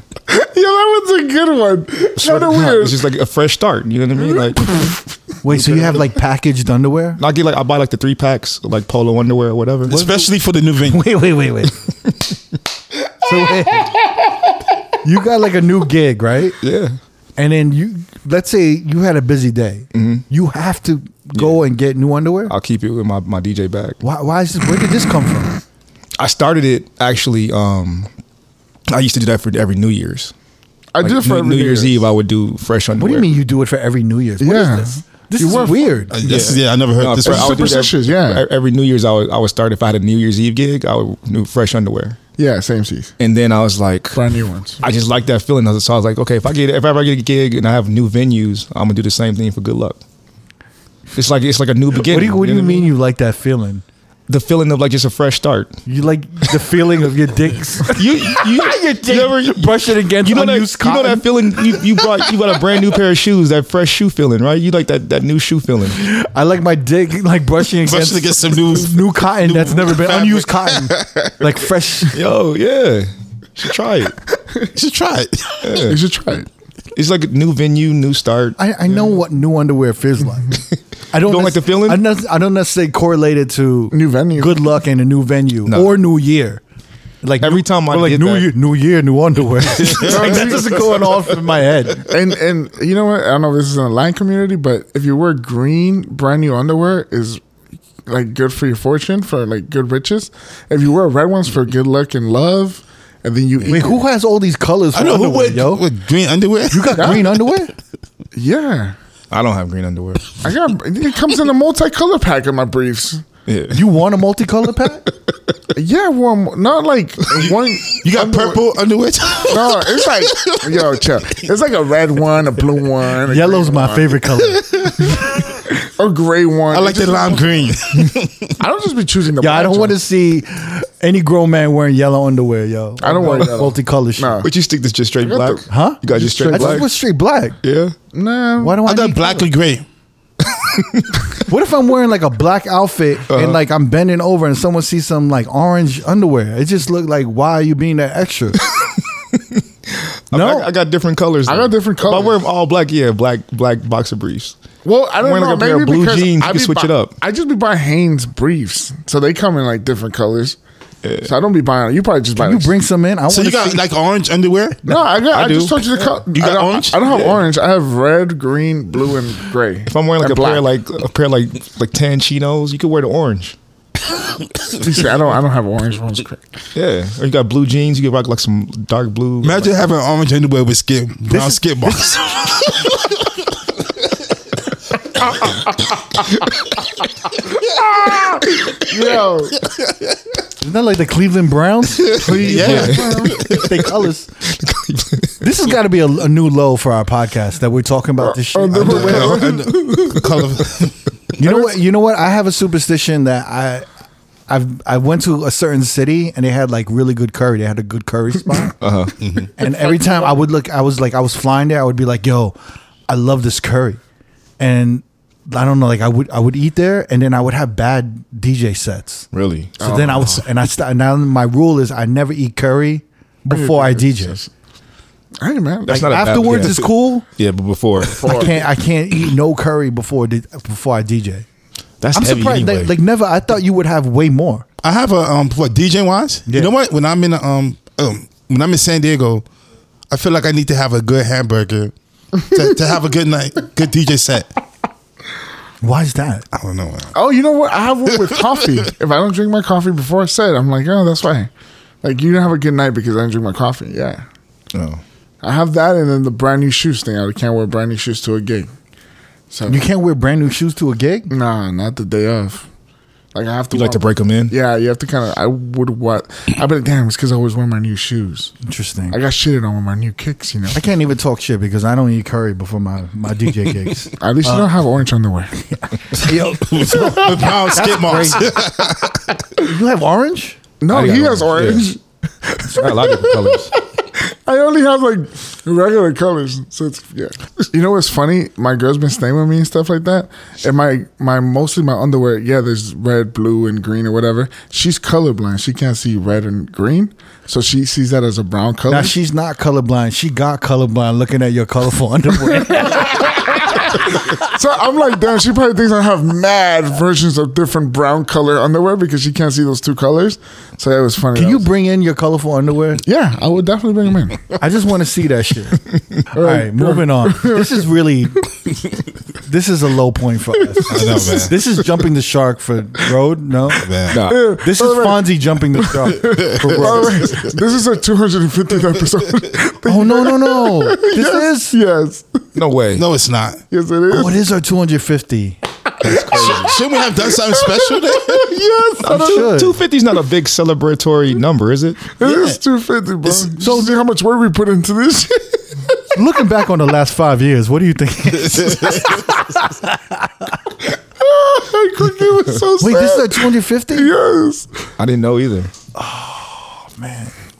Yeah, that one's a good one. Kind of weird.
It's just like a fresh start. You know what I mean? Like
Wait, so you have like packaged underwear?
I get like I buy like the three packs like polo underwear or whatever.
Especially for the new venue.
Wait, wait, wait, wait. So wait, you got like a new gig, right?
Yeah.
And then you, let's say you had a busy day, you have to go and get new underwear.
I'll keep it with my, my DJ bag.
Why? Why is this? Where did this come from?
I started it actually. Um, I used to do that for every New Year's.
I
Like,
did it for
New,
every
New Year's Eve. I would do fresh underwear.
What do you mean you do it for every New Year's? What is
Yeah.
this? This
You work
is
for-
weird.
Uh, yes, yeah. I never heard
No,
this.
for-
one.
I would do that-
Superstitious, yeah.
e- Every New Year's, I would, I would start if I had a New Year's Eve gig, I would do fresh underwear,
Yeah, same seat.
and then I was like,
Brand new ones.
I just like that feeling. So I was like, okay, if I get if I ever get a gig and I have new venues, I'm gonna do the same thing for good luck. It's like it's like a new
What
beginning.
do you, what do you
know I
mean you like that feeling?
The feeling of like just a fresh start.
You like the feeling of your dicks.
You you, you ever
brush it against
you know that
unused
you know
cotton?
that feeling you, you brought you got a brand new pair of shoes that fresh shoe feeling right you like that that new shoe feeling
I like my dick like brushing against,
Especially to get some new
new cotton that's never been
fabric.
unused cotton, like fresh.
yo yeah should try it
Just try it.
You should try it.
it's like a new venue new start
I, I know what new underwear feels like. I don't,
don't like the feeling?
I, don't- I don't necessarily correlate it to
New venue.
good luck, and a new venue
No.
or new year. Like
Every
new-
time I
or like
did
new
that-
year, new year, new underwear. like that doesn't going off in my head.
And and you know what? I don't know if this is in the line community, but if you wear green, brand new underwear is like good for your fortune, for like good riches. If you wear red ones for good luck and love, and then you
Wait,
eat,
who has all these colors? For
I know who
underwear,
would
yo.
with green underwear.
you got green underwear?
yeah,
I don't have green underwear
I got it comes in a multicolor pack in my briefs.
yeah
You want a multicolor pack?
Yeah, one not like one.
You got purple underwear.
No, it's like yo, chill. It's like a red one, a blue one, a
Yellow's
green
my
one,
favorite color.
or gray one.
I like that lime green.
I don't just be choosing the.
Yeah, I
black
don't want to
ones.
see any grown man wearing yellow underwear, yo.
I don't wear yellow.
multicolor shit.
Nah.
but you stick to just straight
got
black
the-
Huh?
you got just
I
straight
just
black
was straight black.
yeah
Nah,
Why do I?
I got
need
black
color?
and gray.
What if I'm wearing like a black outfit
Uh-huh.
and like I'm bending over and someone sees some like orange underwear? It just looked like why are you being that extra? no,
I, I got different colors
I got different
if I wear
colors.
them all black yeah black black boxer briefs
Well, I don't
Wearing,
know.
like, a pair
maybe
of blue
because
jeans,
I
you can
be
switch
buy-
it up.
I just be buying Hanes briefs, so they come in like different colors. So I don't be buying. You probably just buy.
you
like-
bring some in. I
So
wanna
you got
see-
like orange underwear.
No, I got. I,
do.
just told you the color.
You got
I don't-
orange?
I don't have
Yeah.
orange. I have red, green, blue, and gray.
If I'm wearing like
And
a
black.
pair like a pair like like tan chinos, you could wear the orange.
You see, I don't. I don't have orange ones.
Yeah, or you got blue jeans, you could rock like some dark blue.
Imagine having orange underwear with skip brown
is-
skip marks.
Yo,
isn't that like the Cleveland Browns?
yeah.
they colors. this has got to be a, a new low for our podcast that we're talking about this shit.
Color.
You know what? You know what? I have a superstition that I, I've I went to a certain city and they had like really good curry. They had a good curry spot. Uh-huh. And every time I would look, I was like, I was flying there. I would be like, Yo, I love this curry, and I don't know, like I would I would eat there, and then I would have bad DJ sets.
really?
So then I
Oh.
was and I st- now my rule is I never eat curry before I DJ.
hey man,
That's
like,
not a bad-
Afterwards,
yeah.
it's cool.
Yeah, but before
I can't I can't eat no curry before di- before I DJ.
that's
I'm surprised.
anyway.
Like, like never. I thought you would have way more.
I have a um what DJ wise.
Yeah.
You know what? When I'm in um, um when I'm in San Diego, I feel like I need to have a good hamburger to, to have a good night, good DJ set.
Why is that?
I don't know.
oh, you know what? I have one with coffee. If I don't drink my coffee before I said, I'm like, oh, that's why. Like you don't have a good night because I didn't drink my coffee. Yeah,
oh.
I have that, and then the brand new shoes thing. I can't wear brand new shoes to a gig. So
You can't wear brand new shoes to a gig.
Nah, not the day of. Like I have to.
you like to
wear-
break them in?
Yeah, you have to kind of. I would what? I bet damn, it's because I always wear my new shoes.
Interesting.
I got shitted on with my new kicks. You know.
I can't even talk shit because I don't eat curry before my my DJ gigs.
At least
Uh,
you don't have orange underwear.
Yo,
With brown skip marks.
you have orange?
No,
I
he
got
has
orange,
orange.
It's not a lot of different colors.
I only have like regular colors. So it's yeah. You know what's funny? My girl's been staying with me and stuff like that. And my my mostly my underwear, yeah, there's red, blue, and green or whatever. She's colorblind. She can't see red and green. So she sees that as a brown color.
Now she's not colorblind. She got colorblind looking at your colorful underwear.
So I'm like, damn, she probably thinks I have mad versions of different brown color underwear because she can't see those two colors. So it was funny.
Can
That
you
was-
bring in your colorful underwear?
yeah, I would definitely bring them in.
I just want to see that shit. All right, moving on. This is really, this is a low point for us.
I know, man.
This is jumping the shark for road. No,
man.
Nah.
this is Fonzie jumping the shark for
By the
road.
way, this is a 250th episode.
Oh no no no! This is
yes, yes,
No way.
No, it's not.
yes, it is.
oh, it is our 250.
Shouldn't we have done something special then?
yes, I
I'm
don't-
sure.
Two fifty is not a big celebratory number, is it?
it is 250, bro. So see how much work we put into this. shit?
Looking back on the last five years, what do you think?
I couldn't. It was so
Wait, this is
sad.
our 250.
yes.
I didn't know either.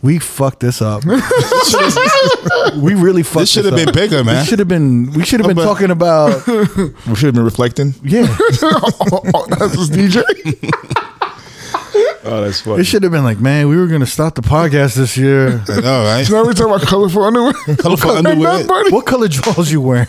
We fucked this up. we really fucked.
This should have been
up.
bigger, man.
This should have been. We should have been
But-
talking about.
We should have been reflecting.
Yeah,
oh, oh, that's his DJ.
Oh, that's
it
funny.
should have been like, man, we were gonna stop the podcast this year.
I know, right?
now we talking about colorful underwear.
Colorful
Ain't
underwear.
that funny?
What color drawers you wearing?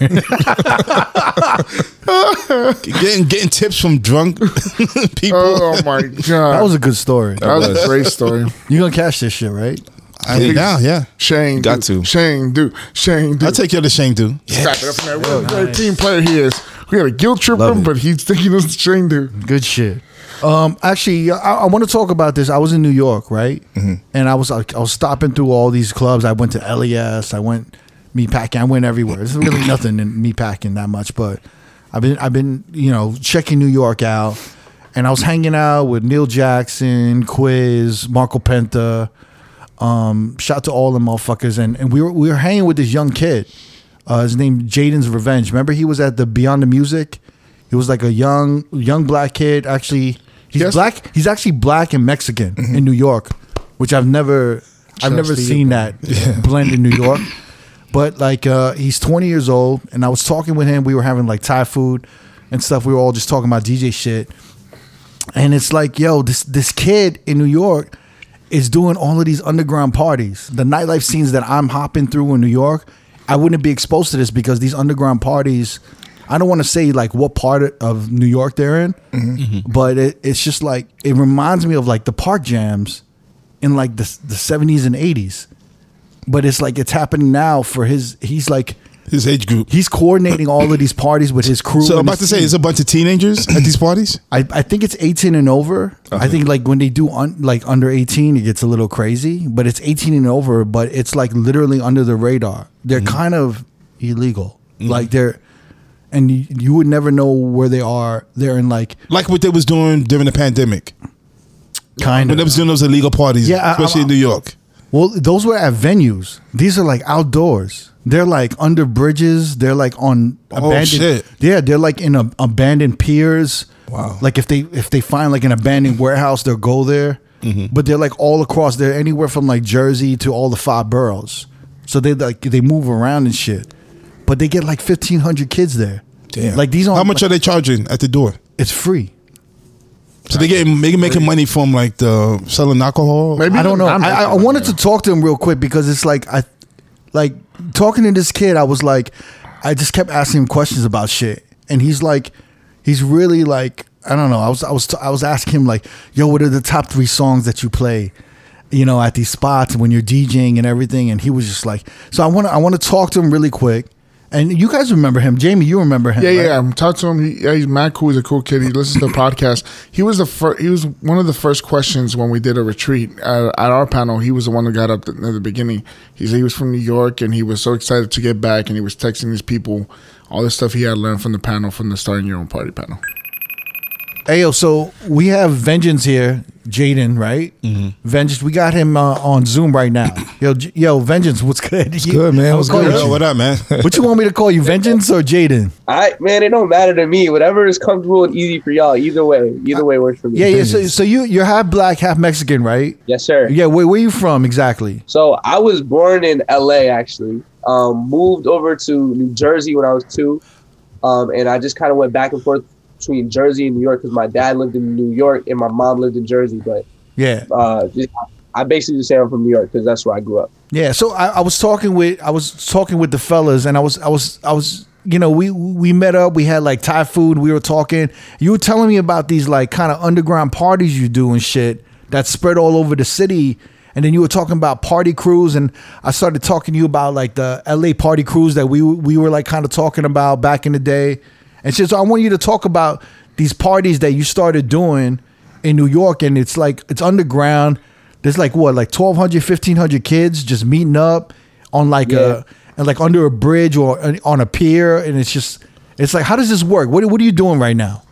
Getting getting tips from drunk people.
Oh my god,
That was a good story.
a great story.
You gonna catch this shit, right?
I think now, yeah.
Shane
Got
Duke.
to.
Shane Duke. Shane Duke.
I'll take you to Shane dude. Yeah.
Clap it up for that. What a great team player he is. We had a guilt trip
Love
him,
it.
but he's thinking us to Shane Duke.
Good shit. Um, actually, I, I want to talk about this. I was in New York, right? And I was like, I was stopping through all these clubs. I went to LES. I went Meatpacking. I went everywhere. There's really nothing in Meatpacking that much, but I've been I've been you know checking New York out, and I was hanging out with Neil Jackson, Quiz, Marco Penta. Um, shout to all the motherfuckers, and and we were we were hanging with this young kid. Uh, his name Jaden's Revenge. Remember, he was at the Beyond the Music. He was like a young young black kid. Actually, he's
Yes.
black. He's actually black and Mexican in New York, which I've never I've never
to you,
seen that blend in New York. But like, uh, he's 20 years old, and I was talking with him. We were having like Thai food and stuff. We were all just talking about DJ shit, and it's like, yo, this this kid in New York is doing all of these underground parties. The nightlife scenes that I'm hopping through in New York, I wouldn't be exposed to this because these underground parties. I don't want to say like what part of New York they're in,
Mm-hmm.
but it, it's just like it reminds me of like the park jams in like the the 70s and 80s. But it's like it's happening now for his. He's like
His age group.
he's coordinating all of these parties with his crew.
So I'm
and
about to
his
say,
team.
it's a bunch of teenagers at these parties.
I, I think it's 18 and over. I think like when they do un, like under 18, it gets a little crazy, but it's 18 and over, but it's like literally under the radar. They're
Mm-hmm.
kind of illegal. Like they're, and you, you would never know where they are. They're in like
Like what they was doing during the pandemic.
kind
When they was
of.
doing those illegal parties,
Yeah, I-
especially
I'm-
in New York.
Well, those were at venues. These are like outdoors. They're like under bridges. They're like on
Oh,
abandoned.
shit.
Yeah, they're like in a, abandoned piers. Wow. Like if they if they find like an abandoned warehouse, they'll go there.
Mm-hmm.
But they're like all across. They're anywhere from like Jersey to all the five boroughs. So they like they move around and shit. But they get like fifteen hundred kids there.
Damn.
Like these aren't
How much
like,
are they charging at the door?
it's free.
So they getting they making money from like the selling alcohol.
Maybe
I don't know.
I'm
I, I I wanted to talk to him real quick because it's like I, like talking to this kid. I was like, I just kept asking him questions about shit, and he's like, he's really like, I don't know. I was I was I was asking him like, yo, what are the top three songs that you play? You know, at these spots when you're DJing and everything, and he was just like, so I want to I want to talk to him really quick. And you guys remember him, Jamie? You remember him?
Yeah,
right?
yeah. I'm talking to him. He, yeah, he's mad cool. He's a cool kid. He listens to the podcast. He was the first. He was one of the first questions when we did a retreat at, at our panel. He was the one who got up at the beginning. He said he was from New York and he was so excited to get back. And he was texting his people all the stuff he had learned from the panel, from the starting your own party panel.
Hey, yo, so we have Vengeance here, Jaden, right? Mm-hmm. Vengeance, we got him uh, on Zoom right now. Yo, J- yo, Vengeance, what's good? What's
good, man? What's
Yo,
good?
What,
What,
up, man?
you want me to call you, Vengeance or Jaden?
I man, it don't matter to me. Whatever is comfortable and easy for y'all. Either way, either way works for me.
Yeah, yeah. So, so you you're half black, half Mexican, right?
Yes, sir.
Yeah. Where where you from exactly?
So I was born in L.A. Actually, um, moved over to New Jersey when I was two, um, and I just kind of went back and forth between Jersey and New York because my dad lived in New York and my mom lived in Jersey. But
Yeah,
uh, just, I basically just say I'm from New York because that's where I grew up.
yeah. So I, I was talking with I was talking with the fellas, and I was I was I was you know, we we met up. We had like Thai food. We were talking. You were telling me about these like kind of underground parties you do and shit that spread all over the city. And then you were talking about party crews, and I started talking to you about like the LA party crews that we we were like kind of talking about back in the day, and shit. So I want you to talk about these parties that you started doing in New York, and it's like it's underground. There's like what, like 1,200, 1,500 kids just meeting up on like
Yeah.
a and like under a bridge or an- on a pier, and it's just it's like how does this work? What what are you doing right now?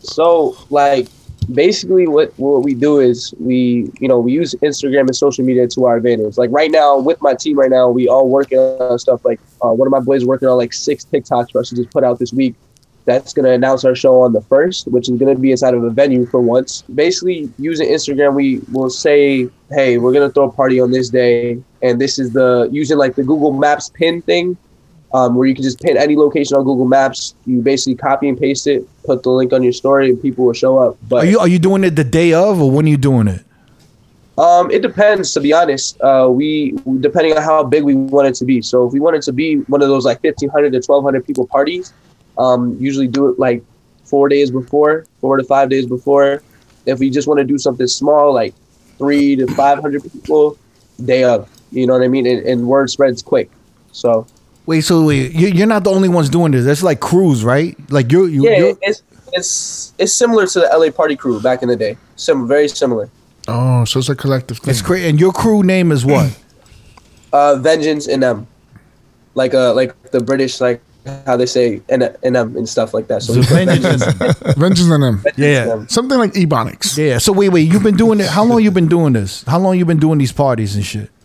So like basically what what we do is we you know we use Instagram and social media to our advantage. Like right now with my team right now we all working on stuff like uh, one of my boys working on like six TikToks for us to just put out this week. That's gonna announce our show on the first, which is gonna be inside of a venue for once. Basically, using Instagram, we will say, "Hey, we're gonna throw a party on this day," and this is the using like the Google Maps pin thing um, where you can just pin any location on Google Maps. You basically copy and paste it, put the link on your story, and people will show up. But
Are you are you doing it the day of, or when are you doing it?
um, it depends, to be honest. Uh, we depending on how big we want it to be. So if we want it to be one of those like fifteen hundred to twelve hundred people parties, um, usually do it like four days before, four to five days before. If we just want to do something small, like three to five hundred people, day of. You know what I mean? And, and word spreads quick. So
Wait, so wait, you- you're not the only ones doing this. That's like crews, right? Like you're, you,
Yeah,
you're
it's it's it's similar to the LA party crew back in the day. Sim, very similar.
Oh, so it's a collective thing.
it's crazy. And your crew name is what?
Uh, Vengeance and them, like uh like the British like how they say and and them and stuff like that. So we put
Vengeance.
Vengeance on them.
Vengeance
Yeah.
and them.
Something like Ebonics.
yeah. So wait, wait. You've been doing it. How long you been doing this? How long you been doing these parties and shit?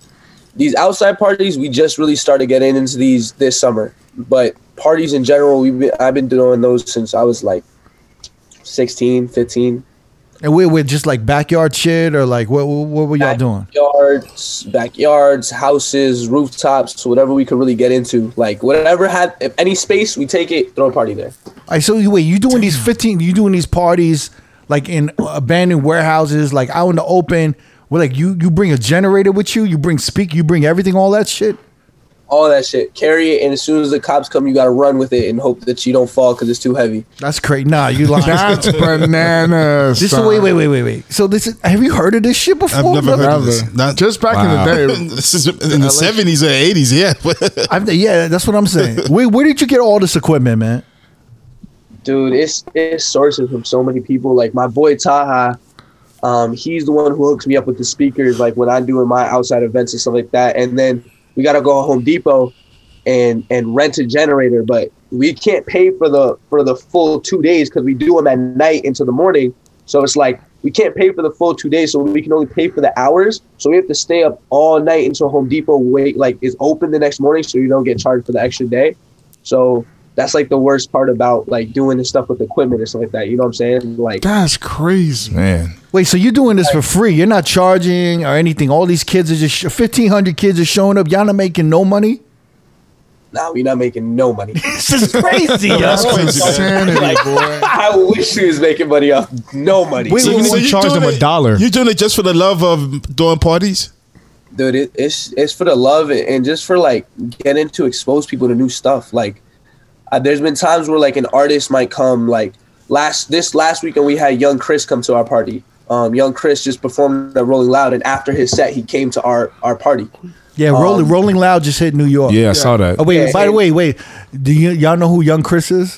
These outside parties we just really started getting into these this summer, but parties in general we've been, I've been doing those since I was like 16, 15.
And we we're just like backyard shit or like what what, what were y'all doing?
Yards, backyards, houses, rooftops, whatever we could really get into. Like whatever had if any space, we take it, throw a party there.
All right, so you- wait, you doing these fifteen? You doing these parties like in abandoned warehouses, like out in the open? Where like you you bring a generator with you? You bring speak? You bring everything? All that shit?
all that shit. Carry it, and as soon as the cops come, you gotta run with it and hope that you don't fall because it's too heavy.
That's crazy. Nah, you lying.
That's bananas.
This
son.
wait wait wait wait wait. So this is, have you heard of this shit before?
I've never heard of
Never.
this. Not-
Just back
Wow.
in the day.
this is in the seventies or eighties. Yeah,
I've, yeah, that's what I'm saying. Wait, where did you get all this equipment, man?
Dude, it's it's sourcing from so many people. Like my boy Taha, um, he's the one who hooks me up with the speakers, like when I do in my outside events and stuff like that. And then we gotta go Home Depot and and rent a generator, but we can't pay for the for the full two days because we do them at night into the morning. So it's like we can't pay for the full two days, so we can only pay for the hours. So we have to stay up all night until Home Depot wait like is open the next morning, so you don't get charged for the extra day. So that's like the worst part about like doing this stuff with equipment and stuff like that. You know what I'm saying? Like
That's crazy.
Man,
Wait, so you're doing this for free? You're not charging or anything? All these kids are just fifteen hundred kids are showing up. Y'all not making no money.
nah, we're not making no money.
This is crazy, yo.
Oh, that's crazy. man.
Insanity, boy.
I wish we was making money off no money.
Wait,
even if you
you're
charge
doing
them a
it-
dollar.
you're doing it just for the love of doing parties.
dude it, it's it's for the love and- and just for like getting to expose people to new stuff like uh, there's been times where like an artist might come like last this last weekend we had young chris come to our party um young chris just performed at rolling loud and after his set he came to our our party
Yeah, Rolling
Um,
Rolling Loud just hit New York.
yeah, I saw that.
Oh wait,
Yeah,
by the
and-
way, wait. Do you y'all know who Young Chris is?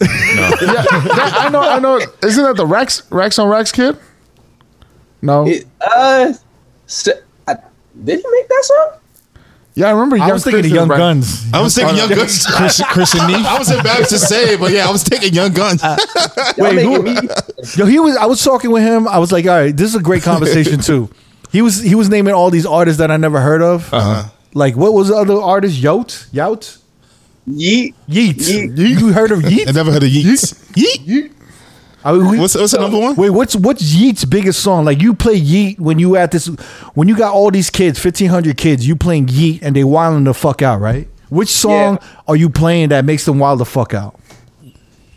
Yeah, that- I know. I know. Isn't that the Rex Rex on Rex kid? No.
it, uh s I did he make that song
yeah, I remember.
I was thinking of Young
Guns.
Guns.
I was thinking Young Guns.
Chris, Chris and me.
I was embarrassed to say, it, but yeah, I was taking Young Guns.
Y'all
Wait, who-
making me-
Yo, he was. I was talking with him. I was like, all right, this is a great conversation too. He was he was naming all these artists that I never heard of. Uh-huh. Like what was the other artist? Yout Yout
yeet
Yeet.
Yeet.
You heard of
I
Yeet?
never heard of Yeats.
I mean, we-
What's what's the number one?
wait, what's what's Yeet's biggest song? Like you play Yeet when you at this when you got all these kids, fifteen hundred kids, you playing Yeet and they wilding the fuck out, right? Which song
Yeah.
are you playing that makes them wild the fuck out?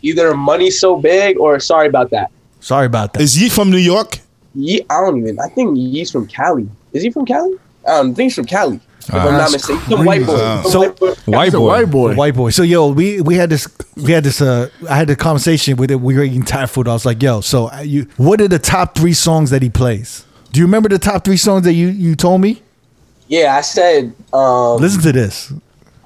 either money so big or sorry about that
Sorry about that.
Is Yeat from New York?
Ye, Um, I don't even. I think Ye's from Cali. Is he from Cali? I don't think he's from Cali. If I'm not
That's
mistaken, some white boy.
crazy.
Some
So-
white boy.
White
He's a
boy.
white boy.
White boy. So yo, we we had this we had this uh I had a conversation with it. We were eating Thai food. I was like, yo, so uh, you what are the top three songs that he plays? Do you remember the top three songs that you you told me?
Yeah, I said. Um,
Listen to this.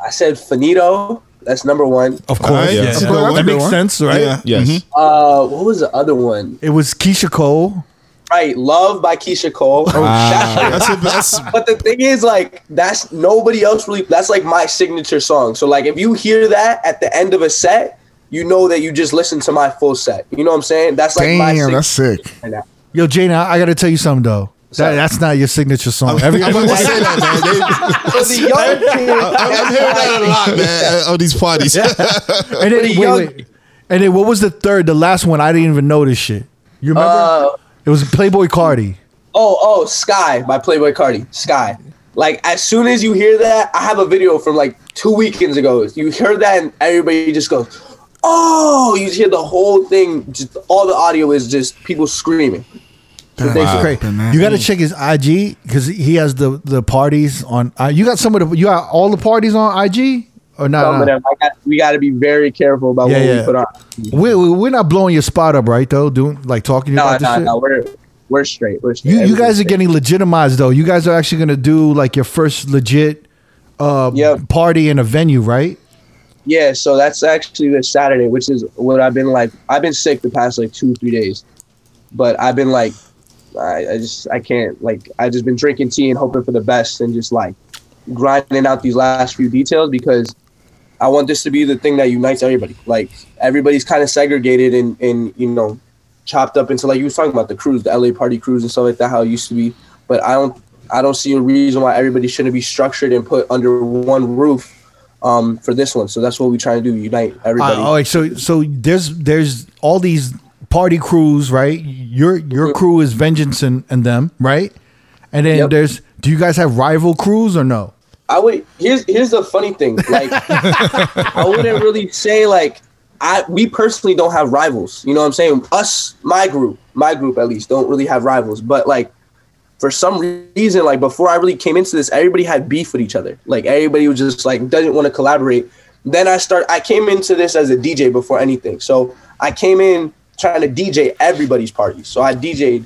I said finito. That's number one.
Of course,
right, yeah.
yes.
Of
course, that's a
that
good
makes
one.
sense, right?
Yeah.
Yes.
Uh, what was the other one?
It was Keisha Cole.
Right, love by Keisha Cole. That's-
That's, a, that's
but the thing is, like, that's nobody else really. That's like my signature song. So, like, if you hear that at the end of a set, you know that you just listened to my full set. You know what I'm saying? That's like
Damn,
my signature
that's sick.
right now.
Yo, Jana, I gotta tell you something though. That, that's not your signature song. Every,
I'm gonna say that, man. They-
For the young kid,
I'm, I'm hearing that a lot, man. uh, On these parties,
and then, wait,
Pretty young.
wait. And then what was the third? The last one I didn't even know this shit. You remember?
Uh,
it was Playboy Cardi.
Oh, oh, Sky by Playboy Cardi. Sky. Like as soon as you hear that, I have a video from like two weekends ago. You heard that and everybody just goes, "Oh!" You just hear the whole thing. Just all the audio is just people screaming. So thanks for-
Craig, You got to check his IG because he has the the parties on. Uh, you got some of the you got all the parties on IG or
some of
not?
them. um, I got, we got to be very careful about
Uh-huh. Yeah,
what
yeah.
we put on.
We we- we're not blowing your spot up, right? Though doing like talking
No,
about this
no,
shit.
no. We're we're straight. We're straight.
You you
Everything's
guys are
straight.
getting legitimized though. You guys are actually gonna do like your first legit uh
Yep.
party in a venue, right?
yeah. So that's actually this Saturday, which is what I've been like. I've been sick the past like two three days, but I've been like, I, I just I can't like I just been drinking tea and hoping for the best and just like grinding out these last few details because I want this to be the thing that unites everybody. Like everybody's kind of segregated and and you know chopped up into like you was talking about the cruise, the LA party cruise and stuff like that, how it used to be. But I don't I don't see a reason why everybody shouldn't be structured and put under one roof um, for this one. So that's what we try to do: unite
Uh,
everybody.
all right. So so there's there's all these party crews, right? Your your crew is Vengeance and, and them, right? And then
Yep.
there's do you guys have rival crews or no?
I would here's here's the funny thing. Like I wouldn't really say like I we personally don't have rivals. You know what I'm saying? Us, my group, my group at least, don't really have rivals. But like for some reason, like before I really came into this, everybody had beef with each other. Like everybody was just like doesn't want to collaborate. Then I start I came into this as a DJ before anything. So I came in trying to DJ everybody's parties. So I DJ'd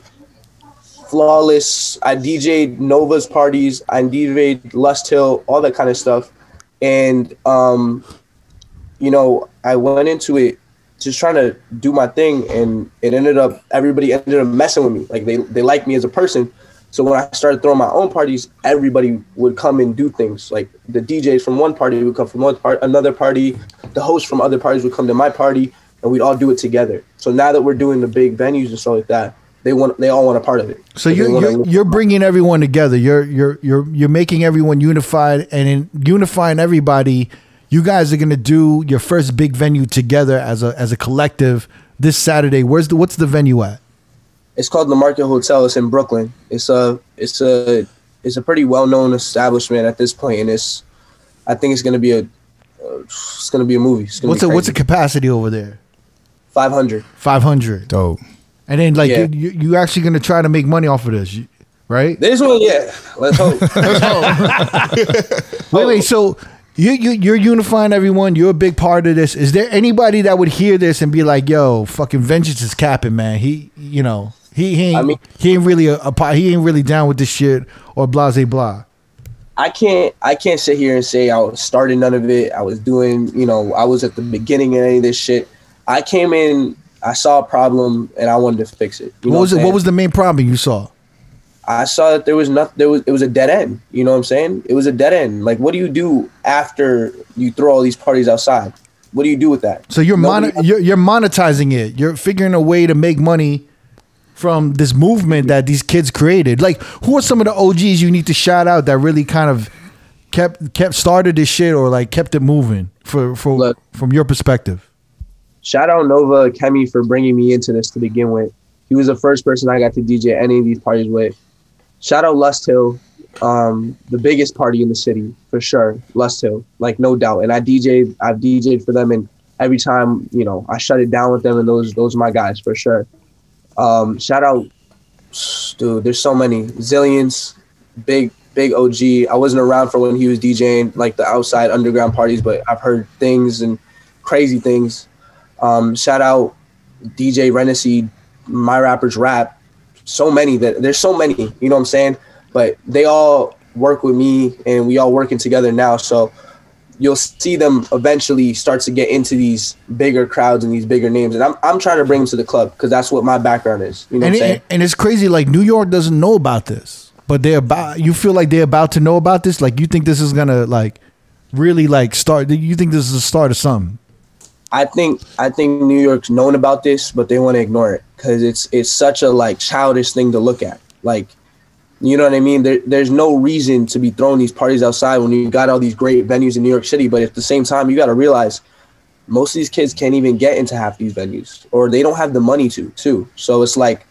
Flawless. I DJ'd Nova's parties. I DJ'd Lust Hill, all that kind of stuff. And, um, you know, I went into it just trying to do my thing. And it ended up, everybody ended up messing with me. Like they, they liked me as a person. So when I started throwing my own parties, everybody would come and do things. Like the DJs from one party would come from one part, another party. The hosts from other parties would come to my party, and we'd all do it together. So now that we're doing the big venues and stuff like that, they want they all want a part of it.
So
They
you're,
wanna-
you're you're bringing everyone together. You're you're you're you're making everyone unified and in unifying everybody. You guys are gonna do your first big venue together as a as a collective this Saturday. Where's the what's the venue at?
it's called the Market Hotel. It's in Brooklyn. It's a it's a it's a pretty well known establishment at this point, and it's I think it's gonna be a uh, it's gonna be a movie. It's gonna
What's
be
a, what's the
crazy.
capacity over there?
five hundred?
Five hundred.
Dope.
And then like
Yeah.
you, you you actually gonna try to make money off of this, you- right?
This one, yeah. Let's hope.
Wait, wait. So you, you you're unifying everyone. You're a big part of this. Is there anybody that would hear this and be like, "Yo, fucking vengeance is capping, man. He, you know, he, he ain't
I mean-
he ain't really a, a po- he ain't really down with this shit or blah blah blah."
I can't I can't sit here and say I was starting none of it. I was doing, you know, I was at the beginning of any of this shit. I came in, I saw a problem, and I wanted to fix it. You know
What was
I'm
it? What
saying?
was the main problem you saw?
I saw that there was nothing. There was it was a dead end. You know what I'm saying? It was a dead end. Like, what do you do after you throw all these parties outside? What do you do with that?
So you're
Nobody-
mon- you're, you're monetizing it. You're figuring a way to make money from this movement that these kids created. Like, who are some of the OGs you need to shout out that really kind of kept kept started this shit or like kept it moving for for
Look.
from your perspective?
Shout out Nova Kemi for bringing me into this to begin with. He was the first person I got to DJ any of these parties with. Shout out Lust Hill, um, the biggest party in the city for sure. Lust Hill, like no doubt. And I DJed, I've DJed for them, and every time you know I shut it down with them, and those those are my guys for sure. Um, shout out, dude. There's so many zillions, big big OG. I wasn't around for when he was DJing like the outside underground parties, but I've heard things and crazy things. Um, shout out DJ Renacy, my rappers rap. So many that there's so many, you know what I'm saying? But they all work with me and we all working together now. So you'll see them eventually start to get into these bigger crowds and these bigger names. And I'm, I'm trying to bring them to the club because that's what my background is. You know
and
what I'm saying?
it, and it's crazy. Like New York doesn't know about this, but they're about. You feel like they're about to know about this. Like you think this is gonna like really like start. You think this is the start of something.
I think I think New York's known about this, but they want to ignore it because it's it's such a like childish thing to look at. Like, you know what I mean? There, there's no reason to be throwing these parties outside when you got all these great venues in New York City. But at the same time, you got to realize most of these kids can't even get into half these venues, or they don't have the money to too. So it's like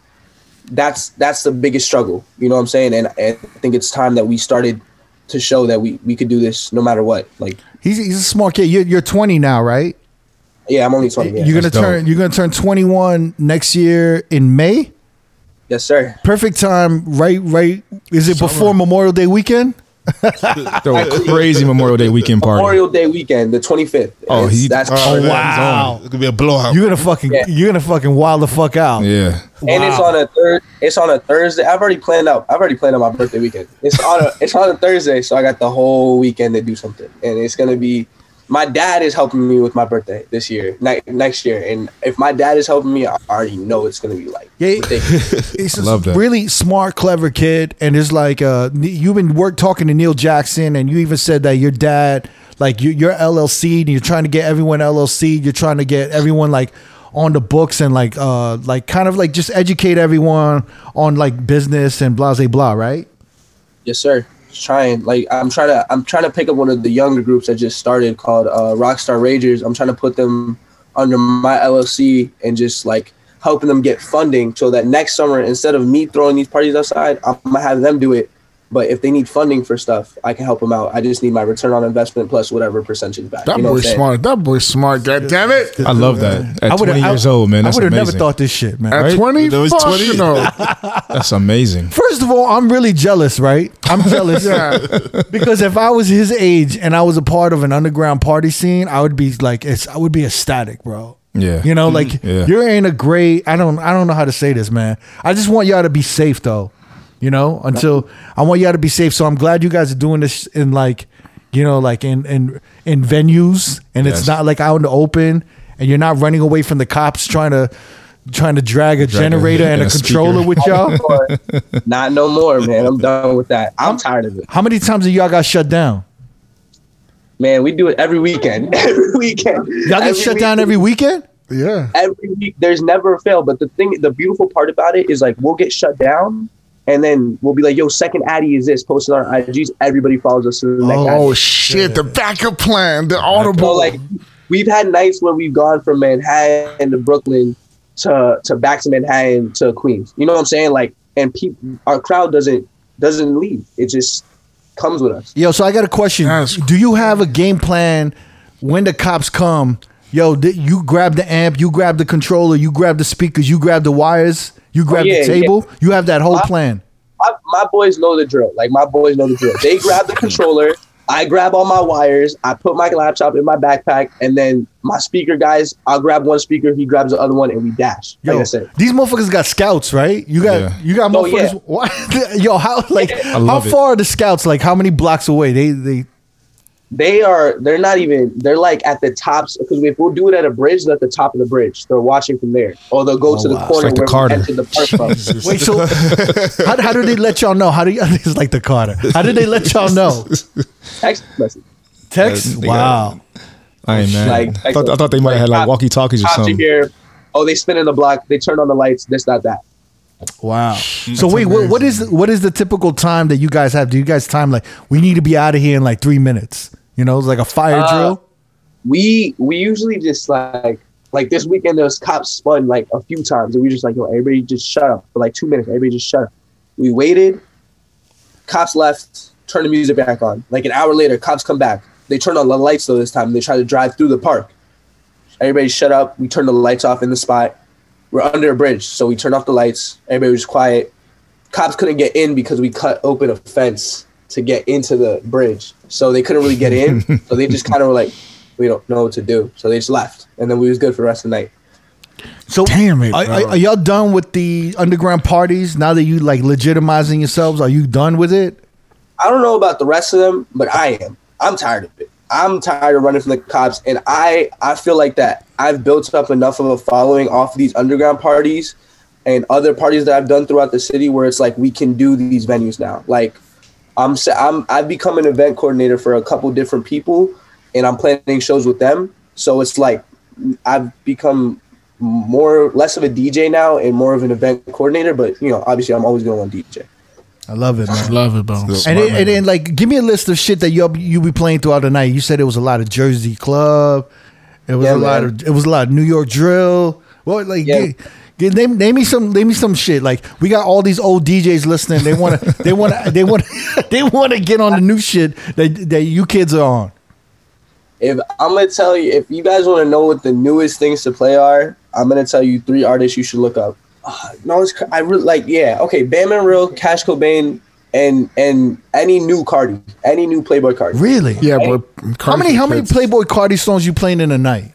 that's that's the biggest struggle. You know what I'm saying? And, and I think it's time that we started to show that we we could do this no matter what. Like,
He's, he's a smart kid. You're, you're 20 now, right?
yeah, I'm only 20. Yeah.
you're gonna
That's dope.
turn. You're gonna turn 21 next year in May.
yes, sir.
Perfect time, right? Right? Is it before Memorial Day weekend?
Throw a crazy Memorial Day weekend party.
Memorial Day weekend, the 25th.
Oh,
It's-
he-
that's
Oh,
and
wow.
wow. It could be a blowout.
You're gonna fucking.
Yeah.
You're gonna fucking wild the fuck out.
Yeah.
it's on a third. It's on a Thursday. I've already planned out. I've already planned out my birthday weekend. It's on a. it's on a Thursday, so I got the whole weekend to do something, and it's gonna be. My dad is helping me with my birthday this year, ne- next year, and if my dad is helping me, I already know it's gonna be like
Yeah.
ridiculous.
He's a
Love that.
really smart, clever kid, and it's like uh, you've been work talking to Neil Jackson, and you even said that your dad, like you, you're LLC, and you're trying to get everyone LLC, you're trying to get everyone like on the books and like uh like kind of like just educate everyone on like business and blah blah blah, right?
yes, sir. Just trying like I'm trying to I'm trying to pick up one of the younger groups that just started called uh, Rockstar Ragers. I'm trying to put them under my LLC and just like helping them get funding so that next summer instead of me throwing these parties outside, I'm gonna have them do it. But if they need funding for stuff, I can help them out. I just need my return on investment plus whatever percentage back.
That
you know what I'm
boy's
saying?
smart. That boy's smart. God damn it.
I love that. At
I would've-
20
I-
years old, man.
I
That's
would have never
amazing.
thought this shit, man.
At
Right?
20?
That was
Fuck
20?
you know.
That's amazing.
First of all, I'm really jealous, right? I'm jealous because if I was his age and I was a part of an underground party scene, I would be like, it's, I would be ecstatic, bro.
Yeah. Mm-hmm.
you know, like
Yeah.
you're in a great. I don't, I don't know how to say this, man. I just want y'all to be safe, though. You know, until I want y'all to be safe. So I'm glad you guys are doing this in like, you know, like in in in venues, and
Yes.
it's not like out in the open, and you're not running away from the cops trying to trying to drag a generator and a,
and a
controller
speaker.
with y'all.
Not no more, man. I'm done with that. I'm tired of it.
How many times have y'all got shut down?
Man, we do it every weekend. every weekend.
Y'all get
Every
shut down
weekend.
every weekend?
Yeah.
every week there's never a fail but the thing the beautiful part about it is like we'll get shut down and then we'll be like yo second addy is this posted on our ig's everybody follows us to the next
Oh
addy.
shit! The backup plan, the
so
audible.
Oh, like we've had nights where we've gone from manhattan to brooklyn to to back to manhattan to queens you know what i'm saying like and peop our crowd doesn't doesn't leave it just comes with us
Yo, so I got a question.
That's-
Do you have a game plan when the cops come? Yo, th- you grab the amp, you grab the controller, you grab the speakers, you grab the wires, you grab
Oh, yeah, Uh,
the table. You have that whole plan.
my, my boys know the drill. Like my boys know the drill. They grab the controller. I grab all my wires. I put my laptop in my backpack, and then my speaker guys. I'll grab one speaker. He grabs the other one, and we dash.
Yo,
like I said,
these motherfuckers got scouts, right? You got
Yeah.
you got
Oh,
motherfuckers.
yeah.
What? Yo, how like how
love it.
far are the scouts? Like how many blocks away? They they
they are. They're not even. They're like at the tops because if we'll do it at a bridge, they're at the top of the bridge. They're watching from there, or they'll go to the
Oh,
corner
like the
where we
Carter.
entered the park from.
wait. So how, how do they let y'all know? How do you, it's like the Carter? How did they let y'all know?
Text message.
Text.
They got-
Wow.
I ain't mad.
Like-
I, thought, I thought they might have had like
Like,
walkie talkies or
Cops are
something.
here. Oh, they spin in the block. They turn on the lights. This, that, that.
Wow. So wait, what, what is what is the typical time that you guys have? Do you guys time like we need to be out of here in like three minutes? You know, it's like a fire drill.
we we usually just like like this weekend those cops spun like a few times and we just like yo everybody just shut up for like two minutes everybody just shut up we waited cops left turn the music back on like an hour later cops come back they turn on the lights though this time they try to drive through the park everybody shut up we turn the lights off in the spot we're under a bridge so we turn off the lights everybody was quiet cops couldn't get in because we cut open a fence to get into the bridge. So they couldn't really get in. so they just kind of were like, we don't know what to do. So they just left, and then we was good for the rest of the night.
So
Damn it,
Are,
bro.
are, are y'all done with the underground parties now that you like legitimizing yourselves? Are you done with it?
I don't know about the rest of them, but I am. I'm tired of it. I'm tired of running from the cops, and I I feel like that I've built up enough of a following off these underground parties and other parties that I've done throughout the city, where it's like we can do these venues now. Like I'm s- I'm I've become an event coordinator for a couple different people, and I'm planning shows with them. So it's like I've become more less of a DJ now and more of an event coordinator. But you know, obviously, I'm always going on DJ.
I love it, man.
Love it, bro.
And, it, and then, like, give me a list of shit that you you be playing throughout the night. You said it was a lot of Jersey club. It was a
Yeah,
lot
man.
of it was a lot of New York drill. Well, like,
Yeah.
gi- gi- name, name me some name me some shit. Like, we got all these old DJs listening. They want to they want to they want they want to get on the new shit that that you kids are on.
If I'm gonna tell you, if you guys want to know what the newest things to play are, I'm gonna tell you three artists you should look up. Ah, no, it's cr- I really like yeah okay, Bam and Real, Cash Cobain, and and any new Cardi, any new Playboy Cardi,
Really?
Yeah, but
How many how many Playboy Cardi songs you playing in a night?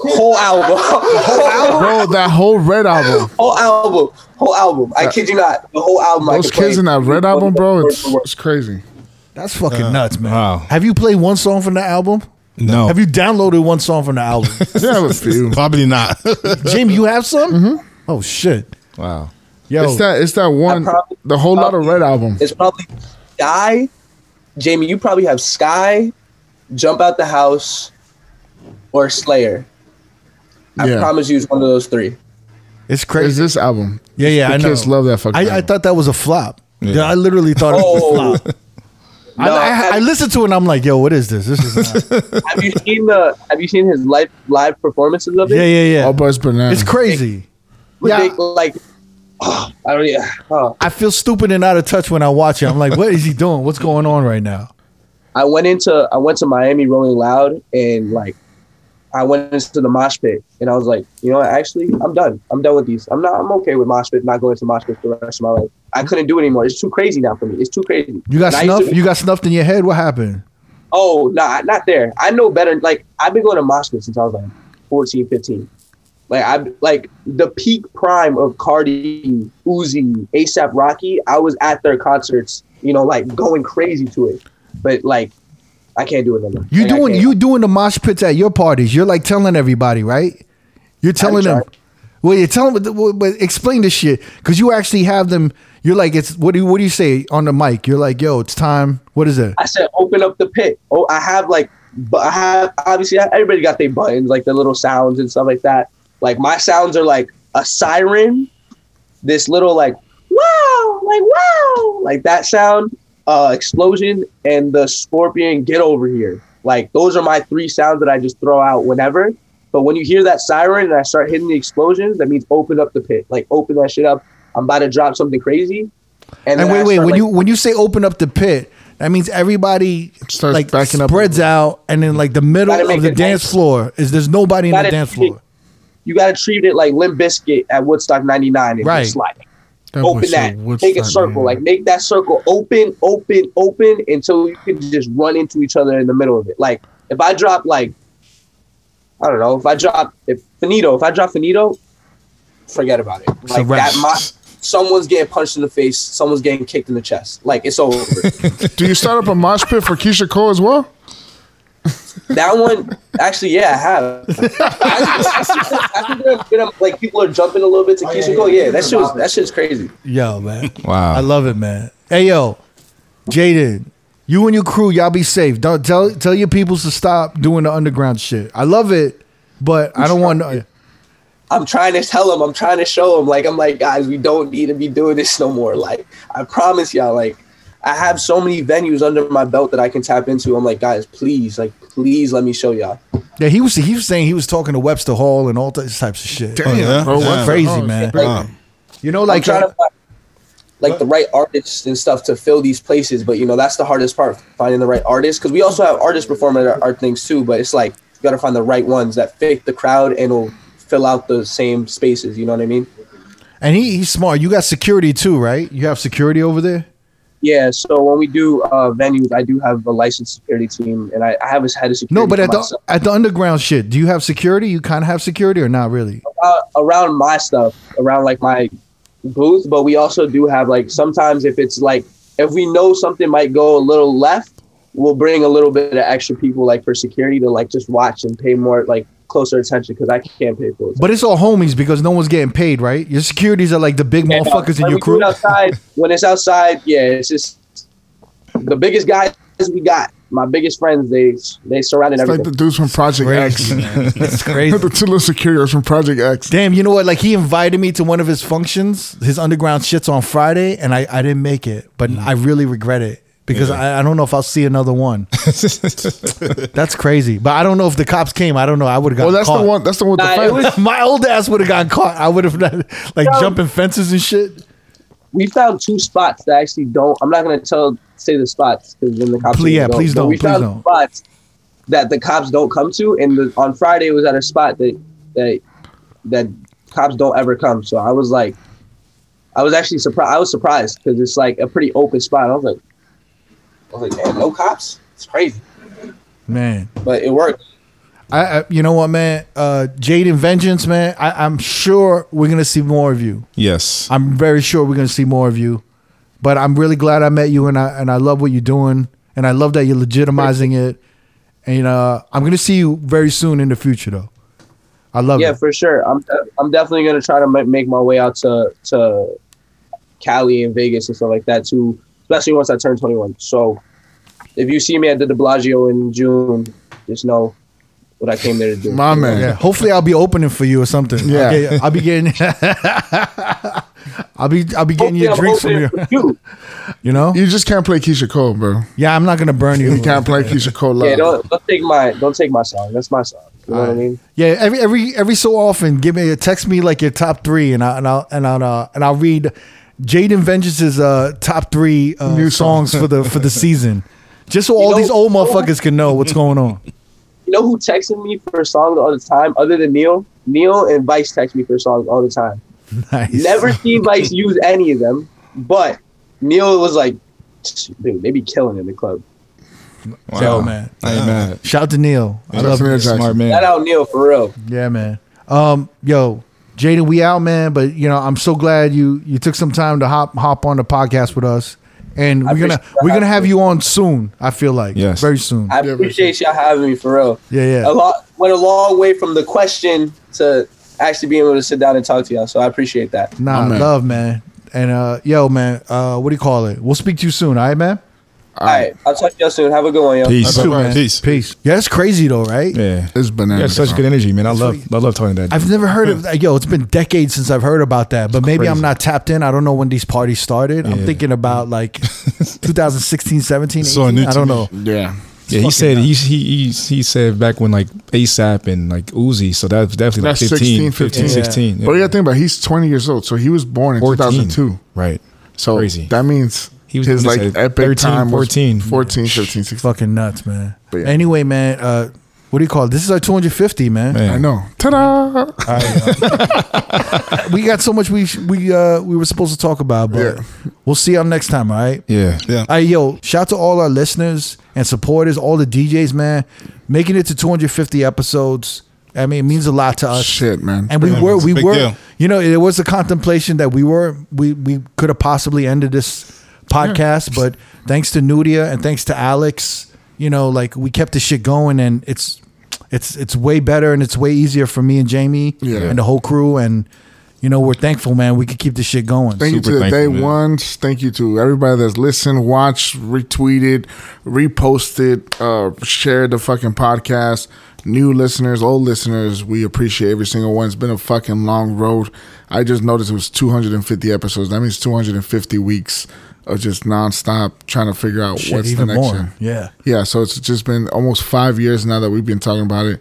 whole album, whole album,
Bro, that whole red album.
whole album, whole album. I kid you not, the whole album. I
Uh, Those
could play.
kids in that red album, bro, it's, it's crazy.
That's fucking
Uh,
nuts, man.
wow.
Have you played one song from the album?
No.
Have you downloaded one song from the album?
Yeah, I have a few.
Probably not.
Jim, you have some? Oh shit.
Wow.
Yo,
Mm-hmm. It's that it's that one
probably-
the whole lot of red album.
It's probably Sky, Jamie. You probably have Sky, Jump Out the House, or Slayer. I
Yeah.
promise you, it's one of those three.
it's
It's
crazy.
this album.
yeah, yeah,
The
I know.
kids love that fucking
I, I
album.
thought that was a flop.
Yeah.
Yeah, I literally thought it was a
Oh.
flop. I-
No,
I, I,
have-
listened to it and I'm like, yo, what is this? This is not.
Have you seen the? Have you seen his live live performances of it?
yeah, yeah, yeah.
All but it's banana.
It's crazy.
But
Yeah.
they, like, oh, I don't. Yeah. Oh.
I feel stupid and out of touch when I watch it. I'm like, what is he doing? What's going on right now?
I went into I went to Miami Rolling Loud and like I went into the mosh pit and I was like, you know what, actually I'm done. I'm done with these. I'm not I'm okay with mosh pit, not going to mosh pit for the rest of my life. I couldn't do it anymore. It's too crazy now for me. It's too crazy.
You got
And I used
snuffed?
to-
You got snuffed in your head? What happened?
oh nah, not there. I know better like I've been going to mosh pit since I was like 14, 15. Like I like the peak prime of Cardi, Uzi, ASAP Rocky, I was at their concerts, you know, like going crazy to it. But like I can't do it anymore.
You
Like, I
doing
can't.
you doing the mosh pits at your parties? You're like telling everybody, right? You're telling them.
try.
Well, you're telling, but, but- but explain this shit because you actually have them. You're like, it's what do you what do you say on the mic? You're like, yo, it's time. What is it?
I said, open up the pit. Oh, I have like, but I have obviously everybody got their buttons, like the little sounds and stuff like that. Like my sounds are like a siren, this little like wow, like wow, like that sound, uh, explosion, and the scorpion get over here. Like those are my three sounds that I just throw out whenever. But when you hear that siren and I start hitting the explosions, that means open up the pit. Like open that shit up. I'm about to drop something crazy. And,
And
then I
wait, wait.
start,
When
like-
you when you say open up the pit, that means everybody
Starts
like
backing up.
spreads out, and then like the middle
Gotta
of
make
the
it
dance
nice.
floor is there's nobody in the
Gotta
dance
treat-
floor.
you got to treat it like Limp Biscuit at Woodstock 99 and
Right.
just like
That
open
was so
that,
Woodstock,
make a circle,
man.
like make that circle open, open, open until you can just run into each other in the middle of it. Like if I drop like, I don't know, if I drop if Finito, if I drop Finito, forget about it. Like
wrap.
that, my, someone's getting punched in the face, someone's getting kicked in the chest. Like it's over.
Do you start up a mosh pit for Keisha Cole as well?
That one, actually, yeah, I have. I think there have been, um, like people are jumping a little bit to Keisha Cole. Oh, Yeah, that shit was that shit's crazy.
Yo, man.
Wow.
I love it, man. Hey, yo, Jaden, you and your crew, y'all be safe. Don't tell tell your peoples to stop doing the underground shit. I love it, but I don't want. to
I'm trying to tell him, I'm trying to show him, like, I'm like, guys, we don't need to be doing this no more. Like, I promise y'all, like, I have so many venues under my belt that I can tap into. I'm like, guys, please, like, please let me show y'all.
Yeah, he was he was saying he was talking to Webster Hall and all those types of shit.
Oh, yeah?
bro, what
Yeah.
Crazy
Oh,
man.
Like,
You know,
I'm
like uh,
trying to find, like the right artists and stuff to fill these places, but you know, that's the hardest part, finding the right artists. Cause we also have artists performing at our, our things too, but it's like you gotta find the right ones that fit the crowd and will fill out the same spaces, you know what I mean?
and he, he's smart. You got security too, right? You have security over there.
Yeah, so when we do uh, venues, I do have a licensed security team, and I, I haven't had a security.
No, but
for
at the
myself.
at the underground shit, do you have security? You kind of have security or not really?
uh, around my stuff, around like my booth, but we also do have like sometimes if it's like if we know something might go a little left, we'll bring a little bit of extra people like for security to like just watch and pay more like closer attention because I can't pay full. attention.
But it's all homies because no one's getting paid, right? Your securities are like the big
Yeah, no,
motherfuckers in
uh, when
your
we do
crew.
it Outside, when it's outside, yeah, it's just the biggest guys we got. My biggest friends, they they surrounded
It's like
everything.
the dudes from Project X.
It's
the
crazy.
two little securities from Project X.
Damn, you know what? Like he invited me to one of his functions, his underground shits on Friday, and I, I didn't make it. But
Mm.
I really regret it because I, I don't know if I'll see another one. That's crazy. But I don't know if the cops came. I don't know. I would have
Well,
gotten
that's
caught.
the one. That's the one. With
Nah,
the
it
fight.
was-
My old ass would have gotten caught. I would have like
No.
jumping fences and shit.
we found two spots that actually don't. I'm not gonna tell say the spots because then the cops.
Please- yeah,
are gonna go.
please
But
don't,
We
please
found
don't.
spots that the cops don't come to, and the, on Friday it was at a spot that that that cops don't ever come. So I was like, I was actually surprised. I was surprised because it's like a pretty open spot. I was like, I was like, damn, no cops. It's crazy,
Man.
but it worked.
I, I you know what, man? Uh Jade and Vengeance, man. I, I'm sure we're gonna see more of you.
Yes.
I'm very sure we're gonna see more of you. But I'm really glad I met you, and I and I love what you're doing, and I love that you're legitimizing it. And uh, I'm gonna see you very soon in the future, though. I love
Yeah,
it.
for sure. I'm I'm definitely gonna try to ma- make my way out to to Cali and Vegas and stuff like that too. Especially once I turn 21. So if you see me at the De Blasio in June, just know what I came there to do.
My man.
Yeah, hopefully I'll be opening for you or something.
Yeah.
I'll, get- I'll be getting, I'll be, I'll be getting
Hopefully
your
I'm
drinks from you.
open for you.
You know?
You just can't play Keisha Cole, bro.
Yeah, I'm not gonna burn you.
You can't play Keisha Cole live.
Yeah, don't, don't take my don't take my song. That's my song. You know what I mean?
Yeah, every every every so often, give me text me like your top three, and I and I'll and I'll uh, and I'll read Jaden Vengeance's uh, top three uh,
New
songs for the for the season, just so all
know-
these old motherfuckers can know what's going on.
You know who texted me for songs all the time, other than Neil? Neil and Vice text me for songs all the time.
Nice.
Never seen Vice use any of them, but Neil was like, dude, they be killing in the club.
Wow.
Yo, man.
Uh,
I ain't mad.
Shout to Neil. I love
Neil
you.
Jackson.
Smart
Shout
man.
out Neil for real.
Yeah, man. Um, yo, Jaden, we out, man. But you know, I'm so glad you you took some time to hop hop on the podcast with us, and
I
we're gonna
appreciate that.
we're gonna have you on soon. I feel like
Yes.
very soon.
I appreciate y'all having me for real.
Yeah, yeah.
A lot went a long way from the question to actually being able to sit down and talk to y'all. So I appreciate that.
Nah,
My man.
love, man. And uh, yo, man, uh, what do you call it? We'll speak to you soon, all right, man?
All right. I'll talk to y'all soon. Have a good one, y'all.
Peace.
Too,
Bye-bye.
man.
Peace.
Peace. Yeah, that's crazy though, right?
Yeah.
It's bananas.
You got such
bro.
good energy, man. I love, I love talking to that. dude.
I've never heard of that. Yo, it's been decades since I've heard about that, but maybe I'm not tapped in. I don't know when these parties started. I'm
Yeah.
thinking about like 2016, 17,
It's all
18.
new
I
to
don't
me.
know.
Yeah.
Yeah, he said he, he he he said back when like ASAP and like Uzi, so that was definitely like
That's
15,
16,
15,
15,
16.
But you gotta think about it, he's 20 years old, so he was born in 2002.
Right.
So
Crazy.
that means
He was
his
born
like
at
epic
13,
time was
14.
14, 15, 16.
Fucking nuts, man.
But yeah.
Anyway, man, uh, what do you call it? This is our 250, man.
Man.
I know. Ta-da!
We got so much we we uh, we were supposed to talk about, but
Yeah.
we'll see y'all next time, all right?
Yeah.
Yeah.
All right, yo, shout out to all our listeners and supporters, all the DJs, man. Making it to 250 episodes, I mean, it means a lot to us.
Shit, man.
And we were,
it's a
we
big
were,
deal.
you know, it was a contemplation that we were, we we could have possibly ended this podcast, but thanks to Nudia and thanks to Alex, you know, like we kept this shit going, and it's it's it's way better and it's way easier for me and Jamie
Yeah.
and the whole crew, and you know, we're thankful, man. We could keep this shit going.
Thank you
Super
to the
thankful,
day
man.
ones. Thank you to everybody that's listened, watched, retweeted, reposted, uh, shared the fucking podcast. New listeners, old listeners, we appreciate every single one. It's been a fucking long road. I just noticed it was 250 episodes. That means 250 weeks of just nonstop trying to figure out
Shit,
what's the
even
next
more,
year.
yeah.
Yeah, so it's just been almost five years now that we've been talking about it.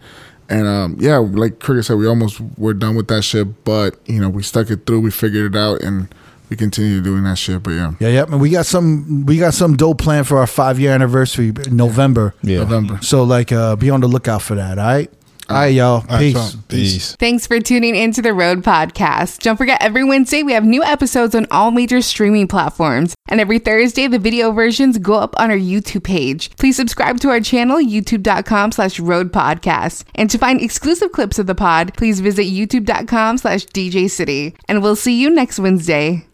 And um, yeah, like Cricket said, we almost were done with that shit, but you know, we stuck it through, we figured it out, and we continue doing that shit. But yeah,
Yeah, yeah, and we got some we got some dope plan for our five year anniversary in November.
Yeah.
November.
So like uh be on the lookout for that, all right? All right, y'all.
All right,
Peace.
Trump. Peace.
Thanks for tuning into the Road Podcast. Don't forget, every Wednesday we have new episodes on all major streaming platforms. And every Thursday, the video versions go up on our YouTube page. Please subscribe to our channel, youtube.com slash road podcast. And to find exclusive clips of the pod, please visit youtube.com slash DJ City. And we'll see you next Wednesday.